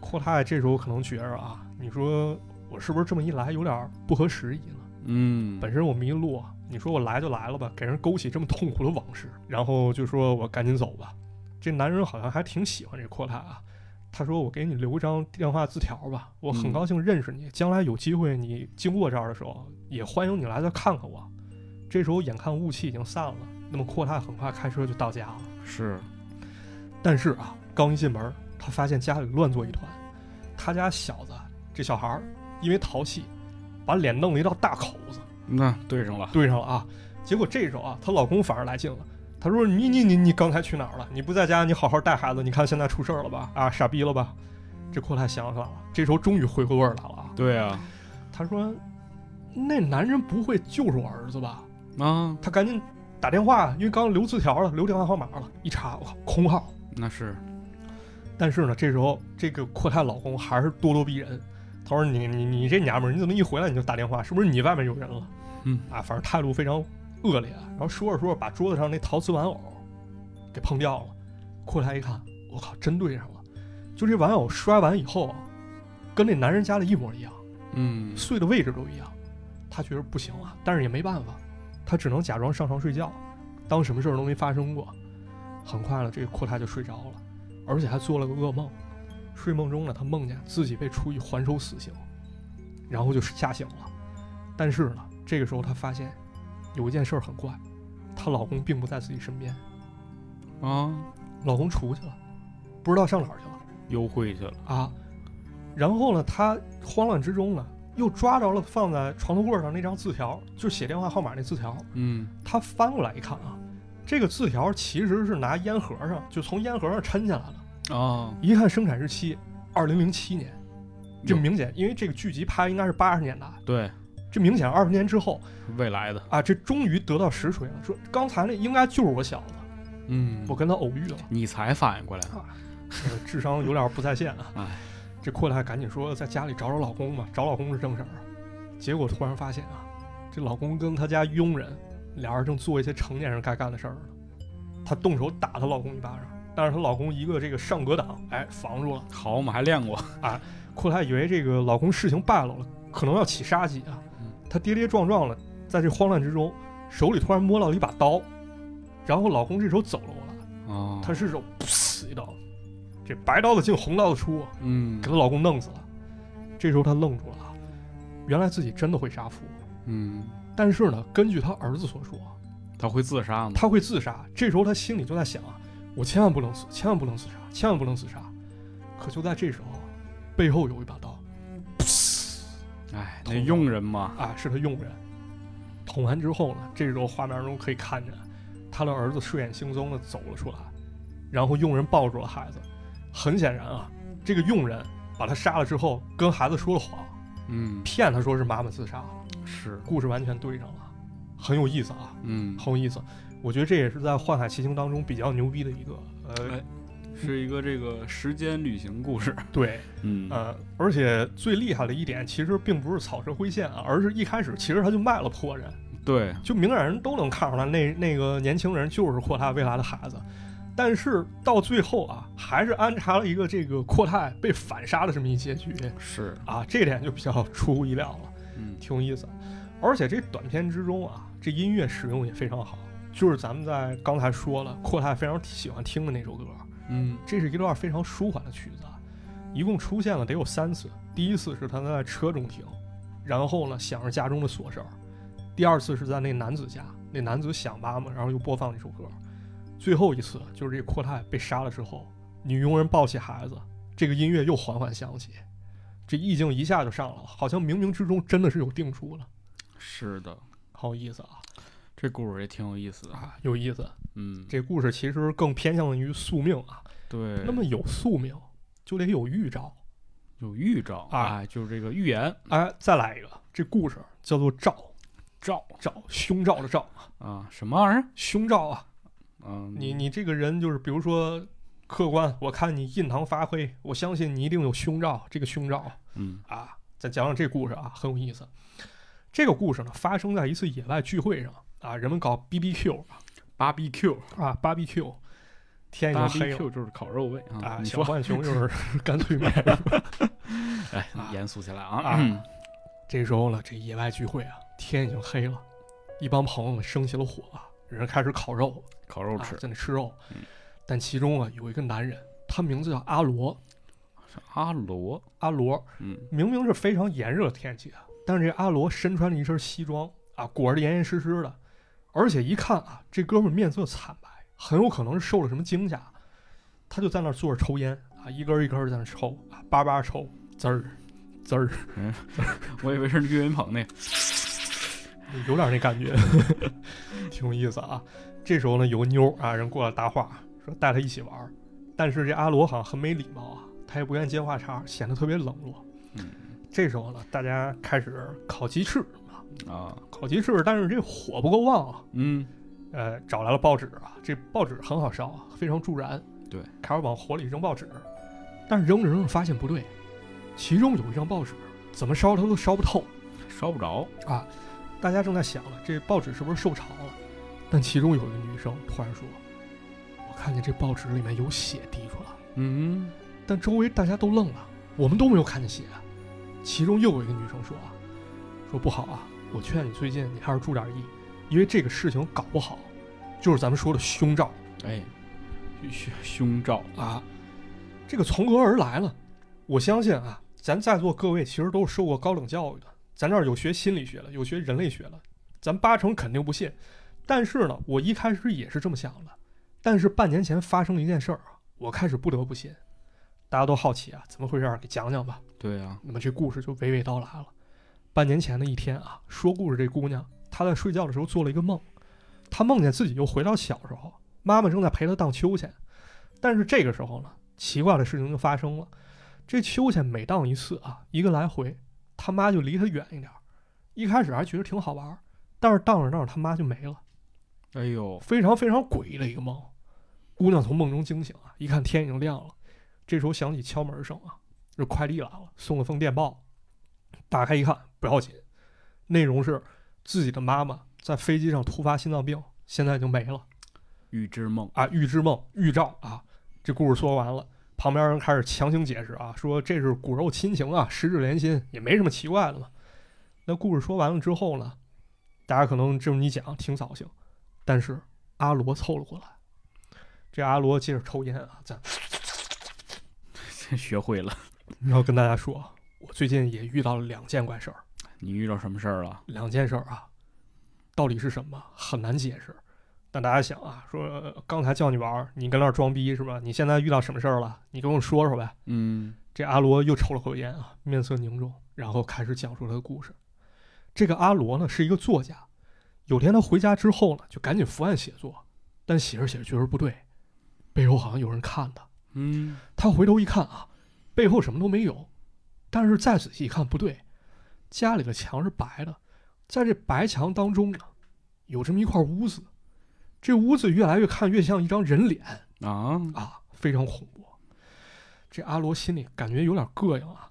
阔太这时候可能觉着啊，你说我是不是这么一来有点儿不合时宜呢？嗯，本身我迷路啊，你说我来就来了吧，给人勾起这么痛苦的往事，然后就说我赶紧走吧。这男人好像还挺喜欢这阔太啊，他说我给你留一张电话字条吧，我很嗯高兴认识你，将来有机会你经过这儿的时候，也欢迎你来这儿看看我。这时候眼看雾气已经散了，那么阔太很快开车就到家了。是，但是啊，刚一进门，他发现家里乱作一团。他家小子这小孩儿因为淘气，把脸弄了一道大口子。那对上了，对上了啊。结果这时候啊，她老公反而来劲了，他说：“你你你你刚才去哪儿了？你不在家，你好好带孩子，你看现在出事儿了吧？啊，傻逼了吧？”这阔太想起来了，这时候终于回过味儿来了啊。对啊，他说：“那男人不会就是我儿子吧啊，？”他赶紧打电话，因为刚留字条了，留电话号码了，一查，我靠，空号。那是但是呢，这时候这个阔太老公还是咄咄逼人。他说你：“你你这娘们儿，你怎么一回来你就打电话？是不是你外面有人了？”嗯啊，反正态度非常恶劣。啊然后说着说着，把桌子上那陶瓷玩偶给碰掉了。阔太一看，我靠，真对上了！就这玩偶摔完以后啊，跟那男人家的一模一样，嗯碎的位置都一样。他觉得不行了，但是也没办法，他只能假装上床睡觉，当什么事儿都没发生过。很快呢，这个阔太就睡着了，而且还做了个噩梦。睡梦中呢，他梦见自己被处以还手死刑，然后就吓醒了。但是呢，这个时候她发现有一件事儿很怪，她老公并不在自己身边，啊，老公出去了，不知道上哪儿去了。幽会去了，啊。然后呢，他慌乱之中呢，又抓着了放在床头柜上那张字条，就写电话号码那字条。嗯他翻过来一看啊，这个字条其实是拿烟盒上，就从烟盒上抻下来了。啊，一看生产日期，二零零七年，这有明显，因为这个剧集拍应该是八十年代，对，这明显二十年之后未来的，啊，这终于得到实锤了。说刚才那应该就是我小子，嗯我跟他偶遇了。你才反应过来，呃智商有点不在线啊哎。这阔太赶紧说在家里找找老公吧，找老公是正事儿啊。结果突然发现啊，这老公跟他家佣人俩人正做一些成年人该干的事儿呢。她动手打她老公一巴掌，但是她老公一个这个上格挡，哎，防住了。好，我们还练过，阔太以为这个老公事情败露了，可能要起杀机啊嗯。她跌跌撞撞了，在这慌乱之中，手里突然摸到了一把刀，然后老公这时候走了过来，哦，他伸手噗一刀，这白刀子进红刀子出啊。嗯给她老公弄死了。这时候她愣住了啊，原来自己真的会杀夫。嗯，但是呢，根据她儿子所说，他会自杀吗？她会自杀。这时候她心里就在想啊，我千万不能死，千万不能自杀，千万不能自杀。可就在这时候，背后有一把刀，哎，捅了那佣人嘛，啊，是她佣人。捅完之后呢，这时候画面中可以看见她的儿子睡眼惺忪的走了出来，然后佣人抱住了孩子。很显然啊，这个佣人把他杀了之后，跟孩子说了谎，嗯，骗他说是妈妈自杀了。是，故事完全对上了，很有意思啊，嗯，很有意思。我觉得这也是在《幻海奇行》当中比较牛逼的一个，呃，哎是一个这个时间旅行故事，对， 嗯呃，而且最厉害的一点，其实并不是草蛇灰线啊，而是一开始其实他就卖了破人，对，就明眼人都能看出来那那个年轻人就是阔太未来的孩子，但是到最后啊，还是安插了一个这个阔太被反杀的这么一结局是，啊，这点就比较出乎意料了。嗯挺有意思。而且这短片之中啊，这音乐使用也非常好，就是咱们在刚才说了，阔太非常喜欢听的那首歌，嗯，这是一段非常舒缓的曲子啊，一共出现了得有三次。第一次是他在车中听，然后呢想着家中的琐事儿；第二次是在那男子家，那男子想妈妈，然后又播放这首歌；最后一次就是这阔太被杀了之后，女佣人抱起孩子，这个音乐又缓缓响起，这意境一下就上来了，好像冥冥之中真的是有定数了，是的，好有意思啊这故事也挺有意思的，啊，有意思！嗯，这故事其实更偏向于宿命啊，对，那么有宿命就得有预兆。有预兆啊哎就是这个预言哎，再来一个，这故事叫做赵兆赵胸罩的赵啊，什么玩意儿？胸罩啊，嗯，你你这个人就是，比如说客观，我看你印堂发黑，我相信你一定有胸罩，这个胸罩嗯啊，再讲讲这故事啊，很有意思。这个故事呢，发生在一次野外聚会上啊，人们搞 B B Q ，barbecue 啊，B B Q，天哎已经黑了 barbecue 就是烤肉味啊啊，，你小说，浣熊就是 干脆面。哎啊，严肃起来啊啊，嗯这时候呢，这野外聚会啊，天已经黑了，一帮朋友们生起了火啊，人开始烤肉，烤肉啊吃，在那吃肉。嗯但其中啊有一个男人，他名字叫阿罗，阿罗，阿罗嗯，明明是非常炎热的天气啊，但是这阿罗身穿着一身西装啊，裹着严严实实的，而且一看啊，这哥们儿面色惨白，很有可能是受了什么惊吓。他就在那儿坐着抽烟啊，一根儿一根儿在那儿抽啊，叭叭抽，滋儿滋儿，我以为是岳云鹏那个，有点那感觉，挺有意思啊。这时候呢，有个妞儿啊，人过来搭话，说带他一起玩儿。但是这阿罗好像很没礼貌啊，他也不愿意接话茬，显得特别冷落。嗯，这时候呢，大家开始烤鸡翅啊，啊，烤鸡翅，但是这火不够旺啊。嗯，呃，找来了报纸啊，这报纸很好烧啊，非常助燃。对，开始往火里扔报纸，但是扔着扔着发现不对，其中有一张报纸怎么烧它都烧不透。烧不着，大家正在想了，这报纸是不是受潮了？但其中有一个女生突然说：“我看见这报纸里面有血滴出来。”嗯，但周围大家都愣了，我们都没有看见血。其中又有一个女生说：“啊，说不好啊，我劝你最近你还是注点意，因为这个事情搞不好，就是咱们说的胸罩哎，胸胸罩，啊，这个从何而来呢？我相信啊，咱在座各位其实都是受过高等教育的，咱这儿有学心理学的，有学人类学的，咱八成肯定不信。但是呢，我一开始也是这么想的，但是半年前发生了一件事儿啊，我开始不得不信。大家都好奇啊，怎么回事儿？给讲讲吧。对啊，那么这故事就娓娓道来了。半年前的一天啊，说故事这姑娘她在睡觉的时候做了一个梦，她梦见自己又回到小时候，妈妈正在陪她荡秋千。但是这个时候呢，奇怪的事情就发生了。这秋千每荡一次啊，一个来回，他妈就离她远一点儿。一开始还觉得挺好玩儿，但是荡着荡着他妈就没了，哎呦，非常非常诡异的一个梦。姑娘从梦中惊醒啊，一看天已经亮了，这时候响起敲门声啊，是快递来了，送了封电报。打开一看，不要紧，内容是自己的妈妈在飞机上突发心脏病，现在已经没了预知梦， 啊！预知梦、预兆啊！这故事说完了，旁边人开始强行解释啊，说这是骨肉亲情啊，十指连心，也没什么奇怪的嘛。那故事说完了之后呢，大家可能这么一讲挺扫兴，但是阿罗凑了过来，这阿罗接着抽烟啊，咱学会了。然后跟大家说，啊我最近也遇到了两件怪事儿，你遇到什么事儿了？两件事儿啊，到底是什么很难解释。但大家想啊，说呃刚才叫你玩儿，你跟那儿装逼是吧？你现在遇到什么事儿了？你跟我说说呗。嗯，这阿罗又抽了口烟啊，面色凝重，然后开始讲述他的故事。这个阿罗呢是一个作家，有天他回家之后呢，就赶紧伏案写作，但写着写着觉得不对，背后好像有人看他。嗯，他回头一看啊，背后什么都没有，但是再仔细一看不对，家里的墙是白的，在这白墙当中呢，有这么一块屋子，这屋子越来越看越像一张人脸啊，啊，非常恐怖。这阿罗心里感觉有点膈应啊，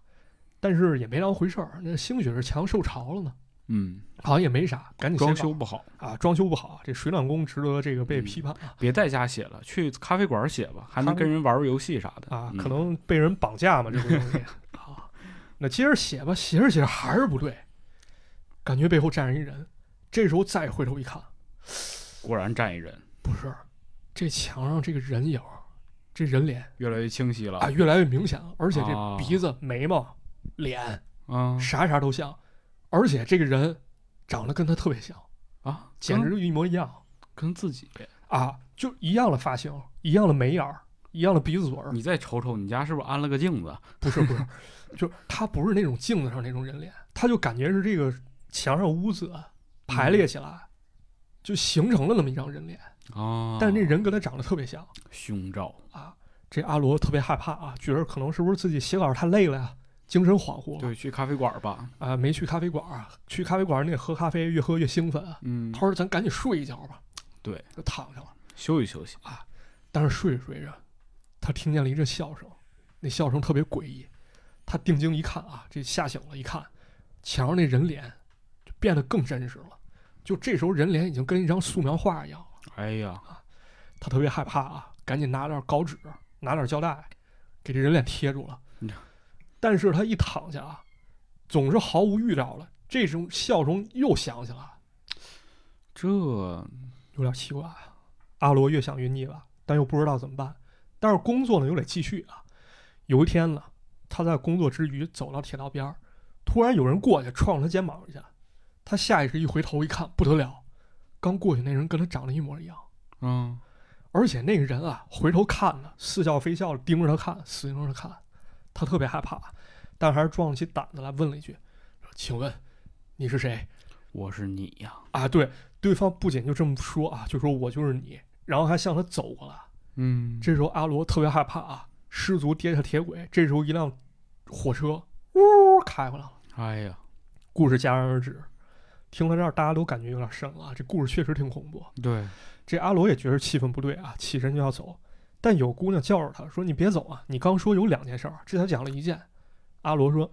但是也没当回事儿，那兴许是墙受潮了呢，嗯，好像也没啥，赶紧先装搞修不好，啊，装修不好，这水暖工值得这个被批判啊。别在家写了，去咖啡馆写吧，还咖能啡跟人玩玩游戏啥的啊，嗯可能被人绑架嘛，这个 东西啊。那接着写吧，写着写着还是不对，感觉背后站着一人。这时候再回头一看，果然站一人，不是，这墙上这个人影儿，这人脸越来越清晰了啊越来越明显了，而且这啊鼻子、眉毛、脸啊啥啥都像，而且这个人长得跟他特别像，啊，简跟直就一模一样跟自己。啊，就一样的发型，一样的眉眼儿，一样的鼻子嘴儿，你再瞅瞅，你家是不是安了个镜子？嗯不是不是， 就是它不是那种镜子上那种人脸，它就感觉是这个墙上屋子啊排列起来，就形成了那么一张人脸，啊，但是那人跟他长得特别像胸罩，啊。这阿罗特别害怕啊，觉得可能是不是自己写稿太累了呀，精神恍惚了对，去咖啡馆吧。啊，没去咖啡馆啊，去咖啡馆你得喝咖啡，越喝越兴奋啊。嗯他，说：“咱赶紧睡一觉吧。”对，就躺下了。休息休息。但是睡着睡着，他听见了一阵笑声，那笑声特别诡异。他定睛一看啊，这吓醒了，一看墙上那人脸就变得更真实了。就这时候人脸已经跟一张素描画一样了。哎呀，他特别害怕啊，赶紧拿点稿纸，拿点胶带，给这人脸贴住了嗯。 但是他一躺下啊，总是毫无预兆了，这种笑声又响起来，这有点奇怪啊。阿罗越想越腻歪，但又不知道怎么办。但是工作呢又得继续啊。有一天呢，他在工作之余走到铁道边儿，突然有人过去撞了他肩膀一下，他下意识一回头一看，不得了，刚过去那人跟他长得一模一样，嗯，而且那个人啊回头看呢，似笑非笑地盯着他看，死盯着他看，他特别害怕，但还是壮起胆子来问了一句：“请问你是谁？”我是你呀。啊，对，对方不仅就这么说啊，就说我就是你，然后还向他走过来。嗯，这时候阿罗特别害怕啊，失足跌下铁轨。这时候一辆火车呜开回来了，哎呀，故事戛然而止。听到这儿，大家都感觉有点瘆了啊，这故事确实挺恐怖。对，这阿罗也觉得气氛不对啊，起身就要走，但有姑娘叫着他说：“你别走啊，你刚说有两件事儿，这才讲了一件。”阿罗说：“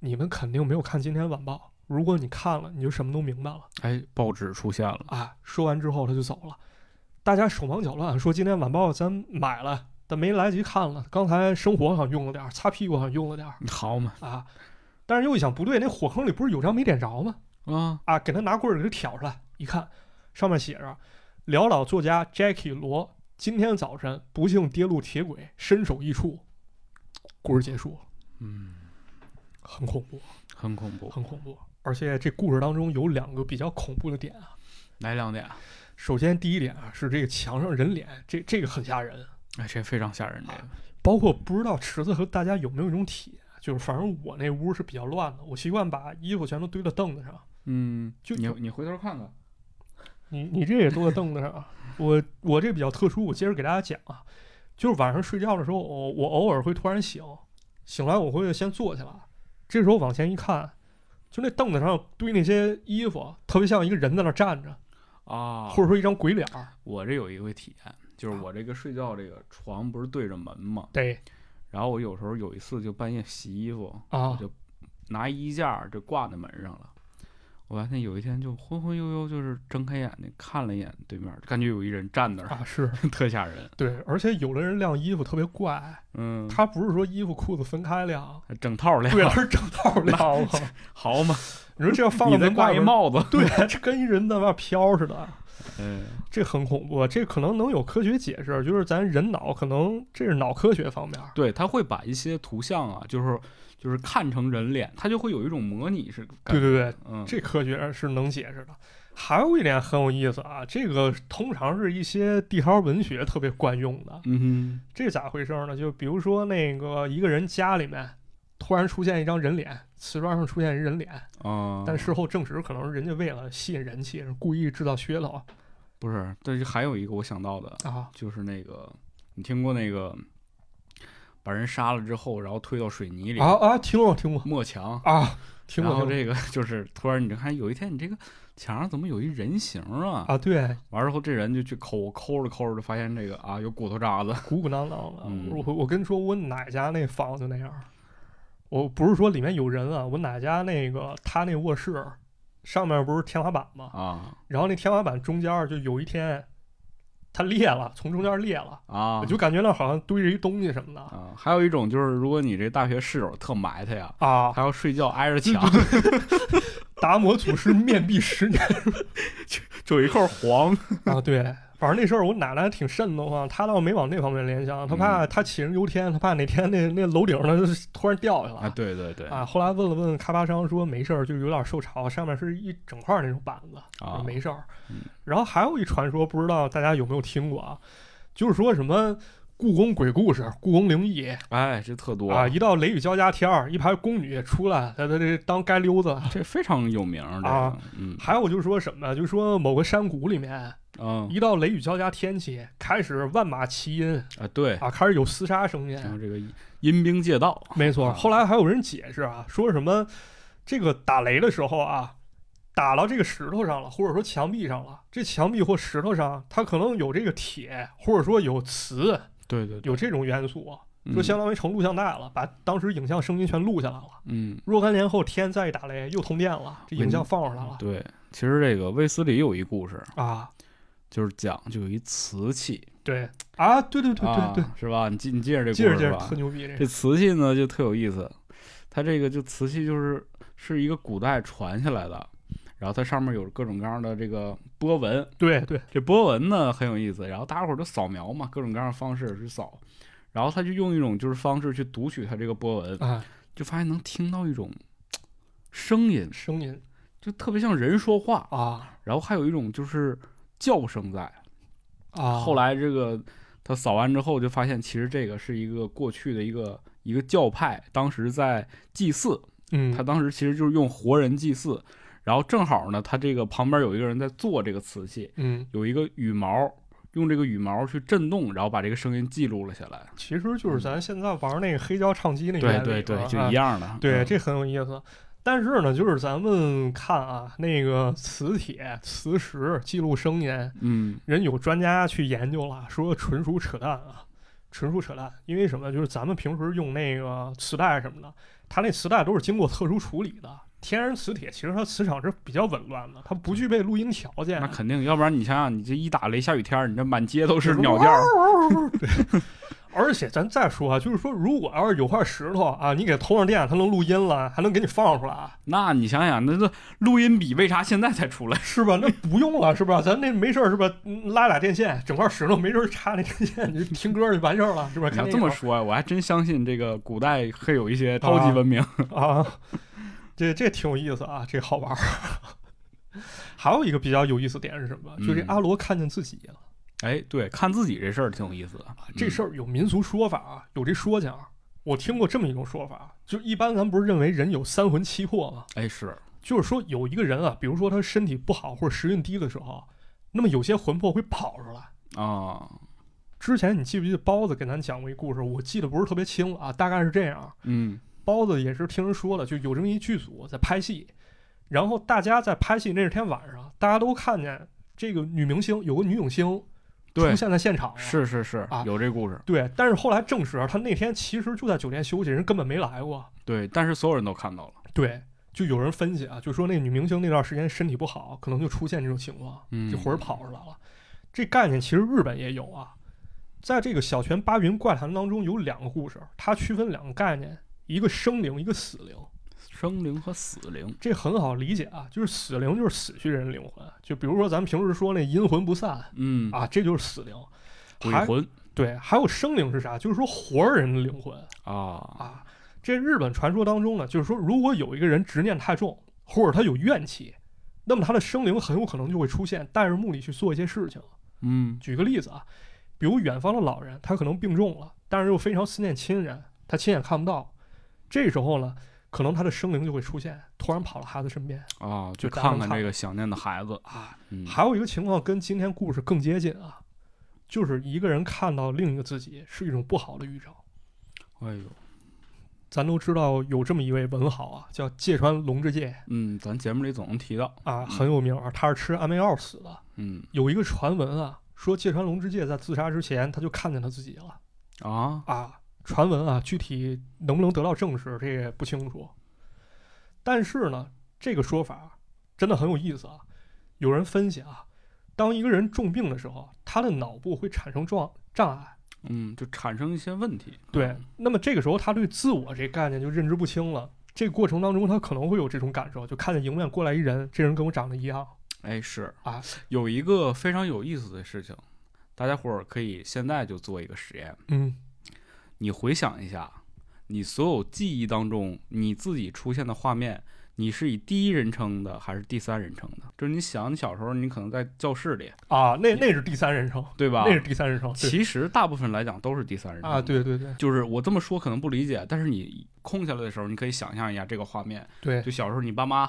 你们肯定没有看今天晚报，如果你看了，你就什么都明白了。哎，报纸出现了，”啊，说完之后他就走了，大家手忙脚乱，说今天晚报咱买了，但没来得及看了。刚才生活好像用了点儿，擦屁股好像用了点儿好嘛啊，但是又一想不对，那火坑里不是有张没点着吗？啊，啊，给他拿棍儿给他挑出来，一看上面写着：潦倒作家 Jackie 罗今天早晨不幸跌入铁轨，身首异处。故事结束，嗯，很恐怖，很恐怖。很恐怖。而且这故事当中有两个比较恐怖的点啊。来两点，首先第一点啊，是这个墙上人脸，这这个很吓人。哎，这非常吓人，这个包括不知道池子和大家有没有一种体验，就是反正我那屋是比较乱的，我习惯把衣服全都堆到凳子上。嗯，就你你回头看看，你你这也坐在凳子上啊？ 我我这比较特殊，我接着给大家讲啊，就是晚上睡觉的时候，我我偶尔会突然醒，醒来我会先坐起来，这时候往前一看，就那凳子上堆那些衣服，特别像一个人在那站着，啊或者说一张鬼脸儿。我这有一回体验，就是我这个睡觉这个床不是对着门嘛，对然后我有时候有一次就半夜洗衣服，啊就拿衣架儿就挂在门上了。我发现有一天就昏昏悠悠，就是睁开眼睛看了一眼对面，感觉有一人站那儿，啊是 特吓人。对，而且有的人晾衣服特别怪，嗯，他不是说衣服裤子分开 晾，整套儿对，亮，而是整套晾。我靠好嘛， 你说这要放到你门再外挂一边， 帽子，对，这跟一人在外飘似的。嗯，这很恐怖，啊这可能能有科学解释，就是咱人脑可能这是脑科学方面。对，他会把一些图像啊，就是就是看成人脸，他就会有一种模拟是感对觉，对对，嗯，这科学是能解释的。还有一点很有意思啊，这个通常是一些地摊文学特别惯用的。嗯这咋回事呢？就比如说那个一个人家里面突然出现一张人脸，瓷砖上出现一人脸，哼啊，但事后证实可能是人家为了吸引人气，是故意制造噱头不是？但是还有一个我想到的，啊。就是那个你听过那个把人杀了之后，然后推到水泥里啊啊，听过听过抹墙，啊，听然过后听过这个就是突然你就看有一天你这个墙上怎么有一人形啊？啊，对，完了之后这人就去抠抠着抠着就发现这个啊有骨头渣子，鼓鼓囊囊的。嗯我我跟你说，我奶家那房就那样儿。我不是说里面有人啊，我奶家那个他那卧室上面不是天花板吗？啊然后那天花板中间儿就有一天它裂了，从中间儿裂了，啊！我就感觉那好像堆着一东西什么的啊，还有一种就是如果你这大学室友特埋汰呀，啊。还要睡觉挨着墙，达摩祖师面壁十年 就有一块黄。 啊，对，反正那事儿我奶奶挺瘆得慌，她倒没往那方面联想，她嗯怕她杞人忧天，她怕哪天那那楼顶上就突然掉下来啊，对对对啊，后来问了问开发商，说没事儿，就有点受潮，上面是一整块儿那种板子，啊说没事儿嗯。然后还有一传说，不知道大家有没有听过啊？就是说什么故宫鬼故事、故宫灵异哎，这特多啊，一到雷雨交加天儿，一排宫女出来，她她这当街溜子。这非常有名儿这个啊嗯还有就是说什么，就是说某个山谷里面，嗯一到雷雨交加天气，开始万马齐喑啊，对，啊，开始有厮杀声然音。后这个阴兵借道，没错，啊后来还有人解释啊，说什么这个打雷的时候啊，打到这个石头上了，或者说墙壁上了，这墙壁或石头上它可能有这个铁，或者说有磁，对对，嗯有这种元素，啊对就相当于成录像带了，把当时影像、声音全录下来了。嗯若干年后，天再一打雷，又通电了，这影像放出来嗯了对。其实这个卫斯理有一故事，啊！就是讲就有一瓷器，对啊，对对对对对，啊，是吧？你记你记着这接着故接事着，吧特。牛 逼这这个瓷器呢就特有意思，它这个就瓷器就是是一个古代传下来的，然后它上面有各种各样的这个波纹，对对这波纹呢很有意思，然后大家伙儿都扫描嘛，各种各样的方式去扫，然后他就用一种就是方式去读取它这个波纹，啊，就发现能听到一种声音，声音就特别像人说话，啊然后还有一种就是叫声在。啊，后来这个他扫完之后，就发现其实这个是一个过去的一个一个教派，当时在祭祀，嗯他当时其实就是用活人祭祀，然后正好呢，他这个旁边有一个人在做这个瓷器，嗯有一个羽毛用这个羽毛去震动，然后把这个声音记录了下来。其实就是嗯咱现在玩那个黑胶唱机那对原理对对，啊就一样的。对，嗯这很有意思。但是呢，就是咱们看啊，那个磁铁、磁石记录声音，嗯人有专家去研究了，说纯属扯淡啊，纯属扯淡。因为什么？就是咱们平时用那个磁带什么的，它那磁带都是经过特殊处理的。天然磁铁其实它磁场是比较紊乱的，它不具备录音条件嗯啊那。肯定，要不然你想想，你这一打雷下雨天儿，你这满街都是鸟叫儿。 而且咱再说啊，就是说，如果要是有块石头啊，你给通上电，它能录音了，还能给你放出来啊。那你想想，那这录音笔为啥现在才出来？是吧？那不用了，是吧？咱那没事儿，是吧？嗯拉俩电线，整块石头没事儿插那电线， 你就听歌就完事儿了，是吧？你要看哎这么电说啊呀，我还真相信这个古代会有一啊些超级文明。影 啊，这这挺有意思啊，这好玩儿。 还有一个比较有意思点是什么？就这嗯阿罗看见自己了，哎，对，看自己这事儿挺有意思的。啊嗯这事儿有民俗说法啊，有这说讲。我听过这么一种说法，啊就一般咱不是认为人有三魂七魄吗？哎是，就是说有一个人啊，比如说他身体不好或者时运低的时候，啊那么有些魂魄会跑出来。啊，之前你记不记得包子给咱讲过一故事？我记得不是特别清了啊，大概是这样。嗯包子也是听人说了，就有这么一剧组在拍戏，然后大家在拍戏那天晚上，大家都看见这个女明星有个女影星对出现在现场了，是是是啊，有这故事。对。但是后来证实，啊她那天其实就在酒店休息，人根本没来过。对，但是所有人都看到了。对，就有人分析啊，就说那女明星那段时间身体不好，可能就出现这种情况，嗯就魂儿跑出来了。这概念其实日本也有啊，在这个《小泉八云怪谈》当中有两个故事，它区分两个概念，一个生灵，一个死灵。生灵和死灵，这很好理解啊，就是死灵就是死去人的灵魂，就比如说咱们平时说那阴魂不散嗯，啊，这就是死灵。鬼还魂对，还有生灵是啥？就是说活人的灵魂啊，啊。这日本传说当中呢，就是说如果有一个人执念太重，或者他有怨气，那么他的生灵很有可能就会出现，带着目的去做一些事情。嗯举个例子啊，比如远方的老人，他可能病重了，但是又非常思念亲人，他亲眼看不到，这时候呢，可能他的生灵就会出现，突然跑到孩子身边。啊，就去咱们看看看这个想念的孩子啊。嗯还有一个情况跟今天故事更接近啊，就是一个人看到另一个自己是一种不好的预兆。哎呦，咱都知道有这么一位文豪啊，叫芥川龙之介嗯，咱节目里总能提到，啊，很有名啊，他是吃安眠药死的。嗯有一个传闻啊，说芥川龙之介在自杀之前他就看见他自己了啊，啊。传闻啊，具体能不能得到证实，这也不清楚。但是呢，这个说法真的很有意思啊。有人分析啊，当一个人重病的时候，他的脑部会产生状障碍。嗯，就产生一些问题，对，那么这个时候他对自我这概念就认知不清了。这个过程当中，他可能会有这种感受，就看见迎面过来一人，这人跟我长得一样。哎，是啊，有一个非常有意思的事情，大家伙儿可以现在就做一个实验，嗯，你回想一下，你所有记忆当中你自己出现的画面，你是以第一人称的还是第三人称的？就是你想，你小时候你可能在教室里，啊，那那是第三人称，对吧那？是第三人称。对啊其实大部分来讲都是第三人称啊，。对对对就是我这么说可能不理解，但是你空下来的时候，你可以想象一下这个画面，对就小时候你爸妈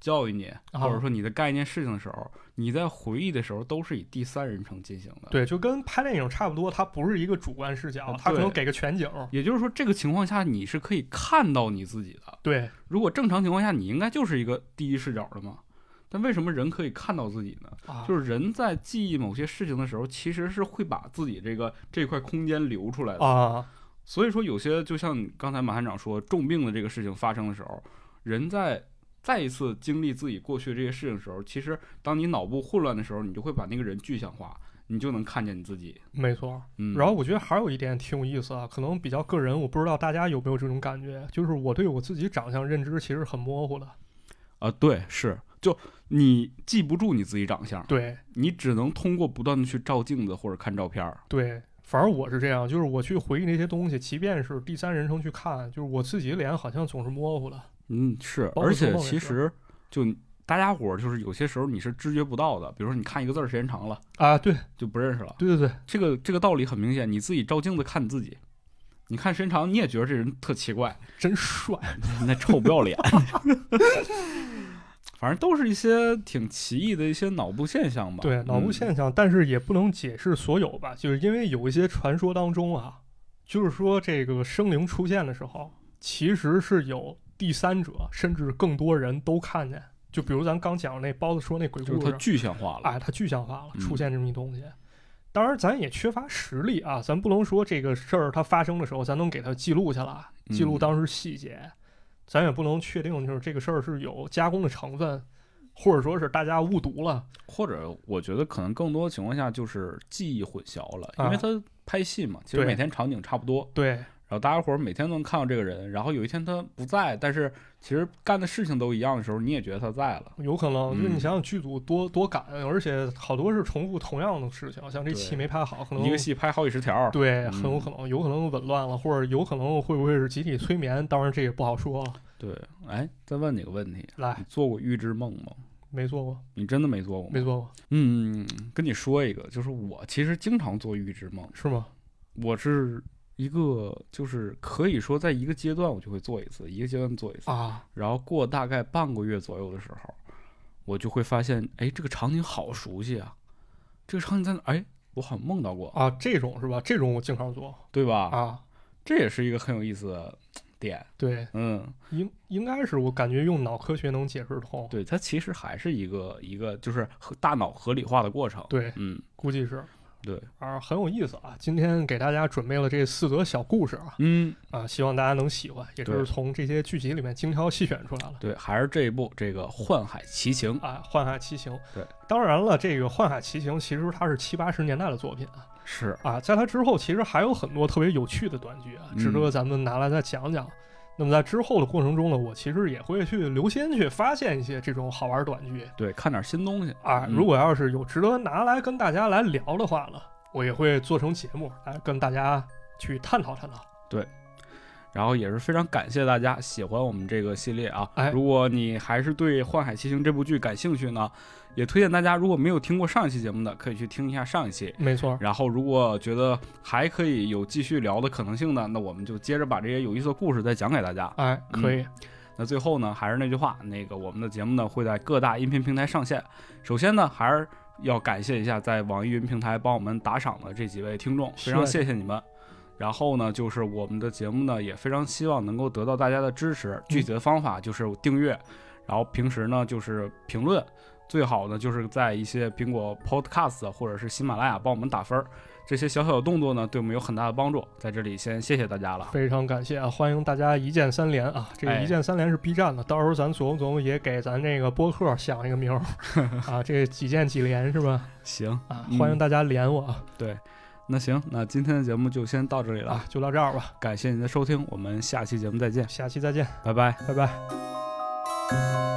教育你，或者说你的干一件事情的时候，你在回忆的时候都是以第三人称进行的。，对，就跟拍电影差不多，它不是一个主观视角，它可能给个全景。也就是说这个情况下你是可以看到你自己的。对，如果正常情况下，你应该就是一个第一视角的嘛。但为什么人可以看到自己呢？啊，就是人在记忆某些事情的时候，其实是会把自己这个这块空间留出来的。啊，所以说，有些就像你刚才马探长说，重病的这个事情发生的时候，人在再一次经历自己过去这些事情的时候，其实当你脑部混乱的时候，你就会把那个人具象化，你就能看见你自己。没错。嗯，然后我觉得还有一点挺有意思啊，可能比较个人，我不知道大家有没有这种感觉，就是我对我自己长相认知其实很模糊的。啊，对，是，就你记不住你自己长相，对，你只能通过不断的去照镜子或者看照片儿。对，反正我是这样，就是我去回忆那些东西，即便是第三人称去看，就是我自己的脸好像总是模糊的。嗯，是，包括而做且梦也其是实就大家伙儿就是有些时候你是知觉不到的，比如说你看一个字儿时间长了啊，对就不认识了。对对对，这个这个道理很明显，你自己照镜子看你自己，你看身长，你也觉得这人特奇怪，真帅那臭不要脸。 反正都是一些挺奇异的一些脑部现象吧。嗯对，脑部现象，但是也不能解释所有吧，就是因为有一些传说当中啊，就是说这个生灵出现的时候，其实是有第三者甚至更多人都看见。就比如咱刚讲的那包子说那鬼就故是它事，具象化了。哎，它具象化了，嗯出现这么一东西。当然，咱也缺乏实力啊，咱不能说这个事儿它发生的时候，咱能给它记录下来，记录嗯当时细节。咱也不能确定，就是这个事儿是有加工的成分，或者说是大家误读了。或者我觉得可能更多情况下就是记忆混淆了，啊因为他拍戏嘛，其实对每天场景差不多，对然后大家伙儿每天都能看到这个人，然后有一天他不在，但是其实干的事情都一样的时候，你也觉得他在了。有可能，嗯就是你想想剧组多多赶，而且好多是重复同样的事情，像这对戏没拍好，可能一个戏拍好几十条，哦对，嗯很有可能，有可能紊乱了，或者有可能会不会是集体催眠？当然这也不好说了。对，哎，再问你个问题，来你，做过预知梦吗？没做过，你真的没做过吗？没做过，嗯，跟你说一个，就是我其实经常做预知梦，是吗？我是一个就是可以说在一个阶段我就会做一次，一个阶段做一次，啊，然后过大概半个月左右的时候，我就会发现，哎，这个场景好熟悉啊，这个场景在哪？哎，我好像梦到过，啊，这种是吧？这种我经常做对吧？啊。这也是一个很有意思的点。对，嗯，应应该是我感觉用脑科学能解释得通。对，它其实还是一个一个就是和大脑合理化的过程。对，嗯，估计是对，啊，很有意思啊。今天给大家准备了这四则小故事啊，嗯，啊，希望大家能喜欢，也就是对从这些剧集里面精挑细选出来了。对，还是这一部这个《幻海奇情》。啊，《幻海奇行》对，当然了，这个《幻海奇行》其实它是七八十年代的作品啊，是，啊，在它之后其实还有很多特别有趣的短剧啊，嗯值得咱们拿来再讲讲。那么在之后的过程中呢，我其实也会去留心去发现一些这种好玩短剧，对，看点新东西啊，嗯如果要是有值得拿来跟大家来聊的话呢，我也会做成节目来跟大家去探讨探讨。然后也是非常感谢大家喜欢我们这个系列啊！哎如果你还是对《幻海奇行》这部剧感兴趣呢，也推荐大家如果没有听过上一期节目的，可以去听一下上一期。没错，然后如果觉得还可以有继续聊的可能性呢，那我们就接着把这些有意思的故事再讲给大家。哎，可以，那最后呢，还是那句话，那个我们的节目呢会在各大音频平台上线。首先呢，还是要感谢一下在网易云平台帮我们打赏的这几位听众，是非常谢谢你们。然后呢，就是我们的节目呢，也非常希望能够得到大家的支持。具体的方法就是订阅，然后平时呢就是评论，最好呢就是在一些苹果 Podcast 或者是喜马拉雅帮我们打分儿，这些小小的动作呢对我们有很大的帮助。在这里先谢谢大家了。非常感谢啊！欢迎大家一键三连啊！这个哎一键三连是 B 站的，到时候咱琢磨琢磨，也给咱这个播客想一个名儿 啊！这几键几连是吧？行，啊，嗯欢迎大家连我啊！那行，那今天的节目就先到这里了。啊，就到这儿吧，感谢您的收听，我们下期节目再见，下期再见，拜拜。拜拜。 thank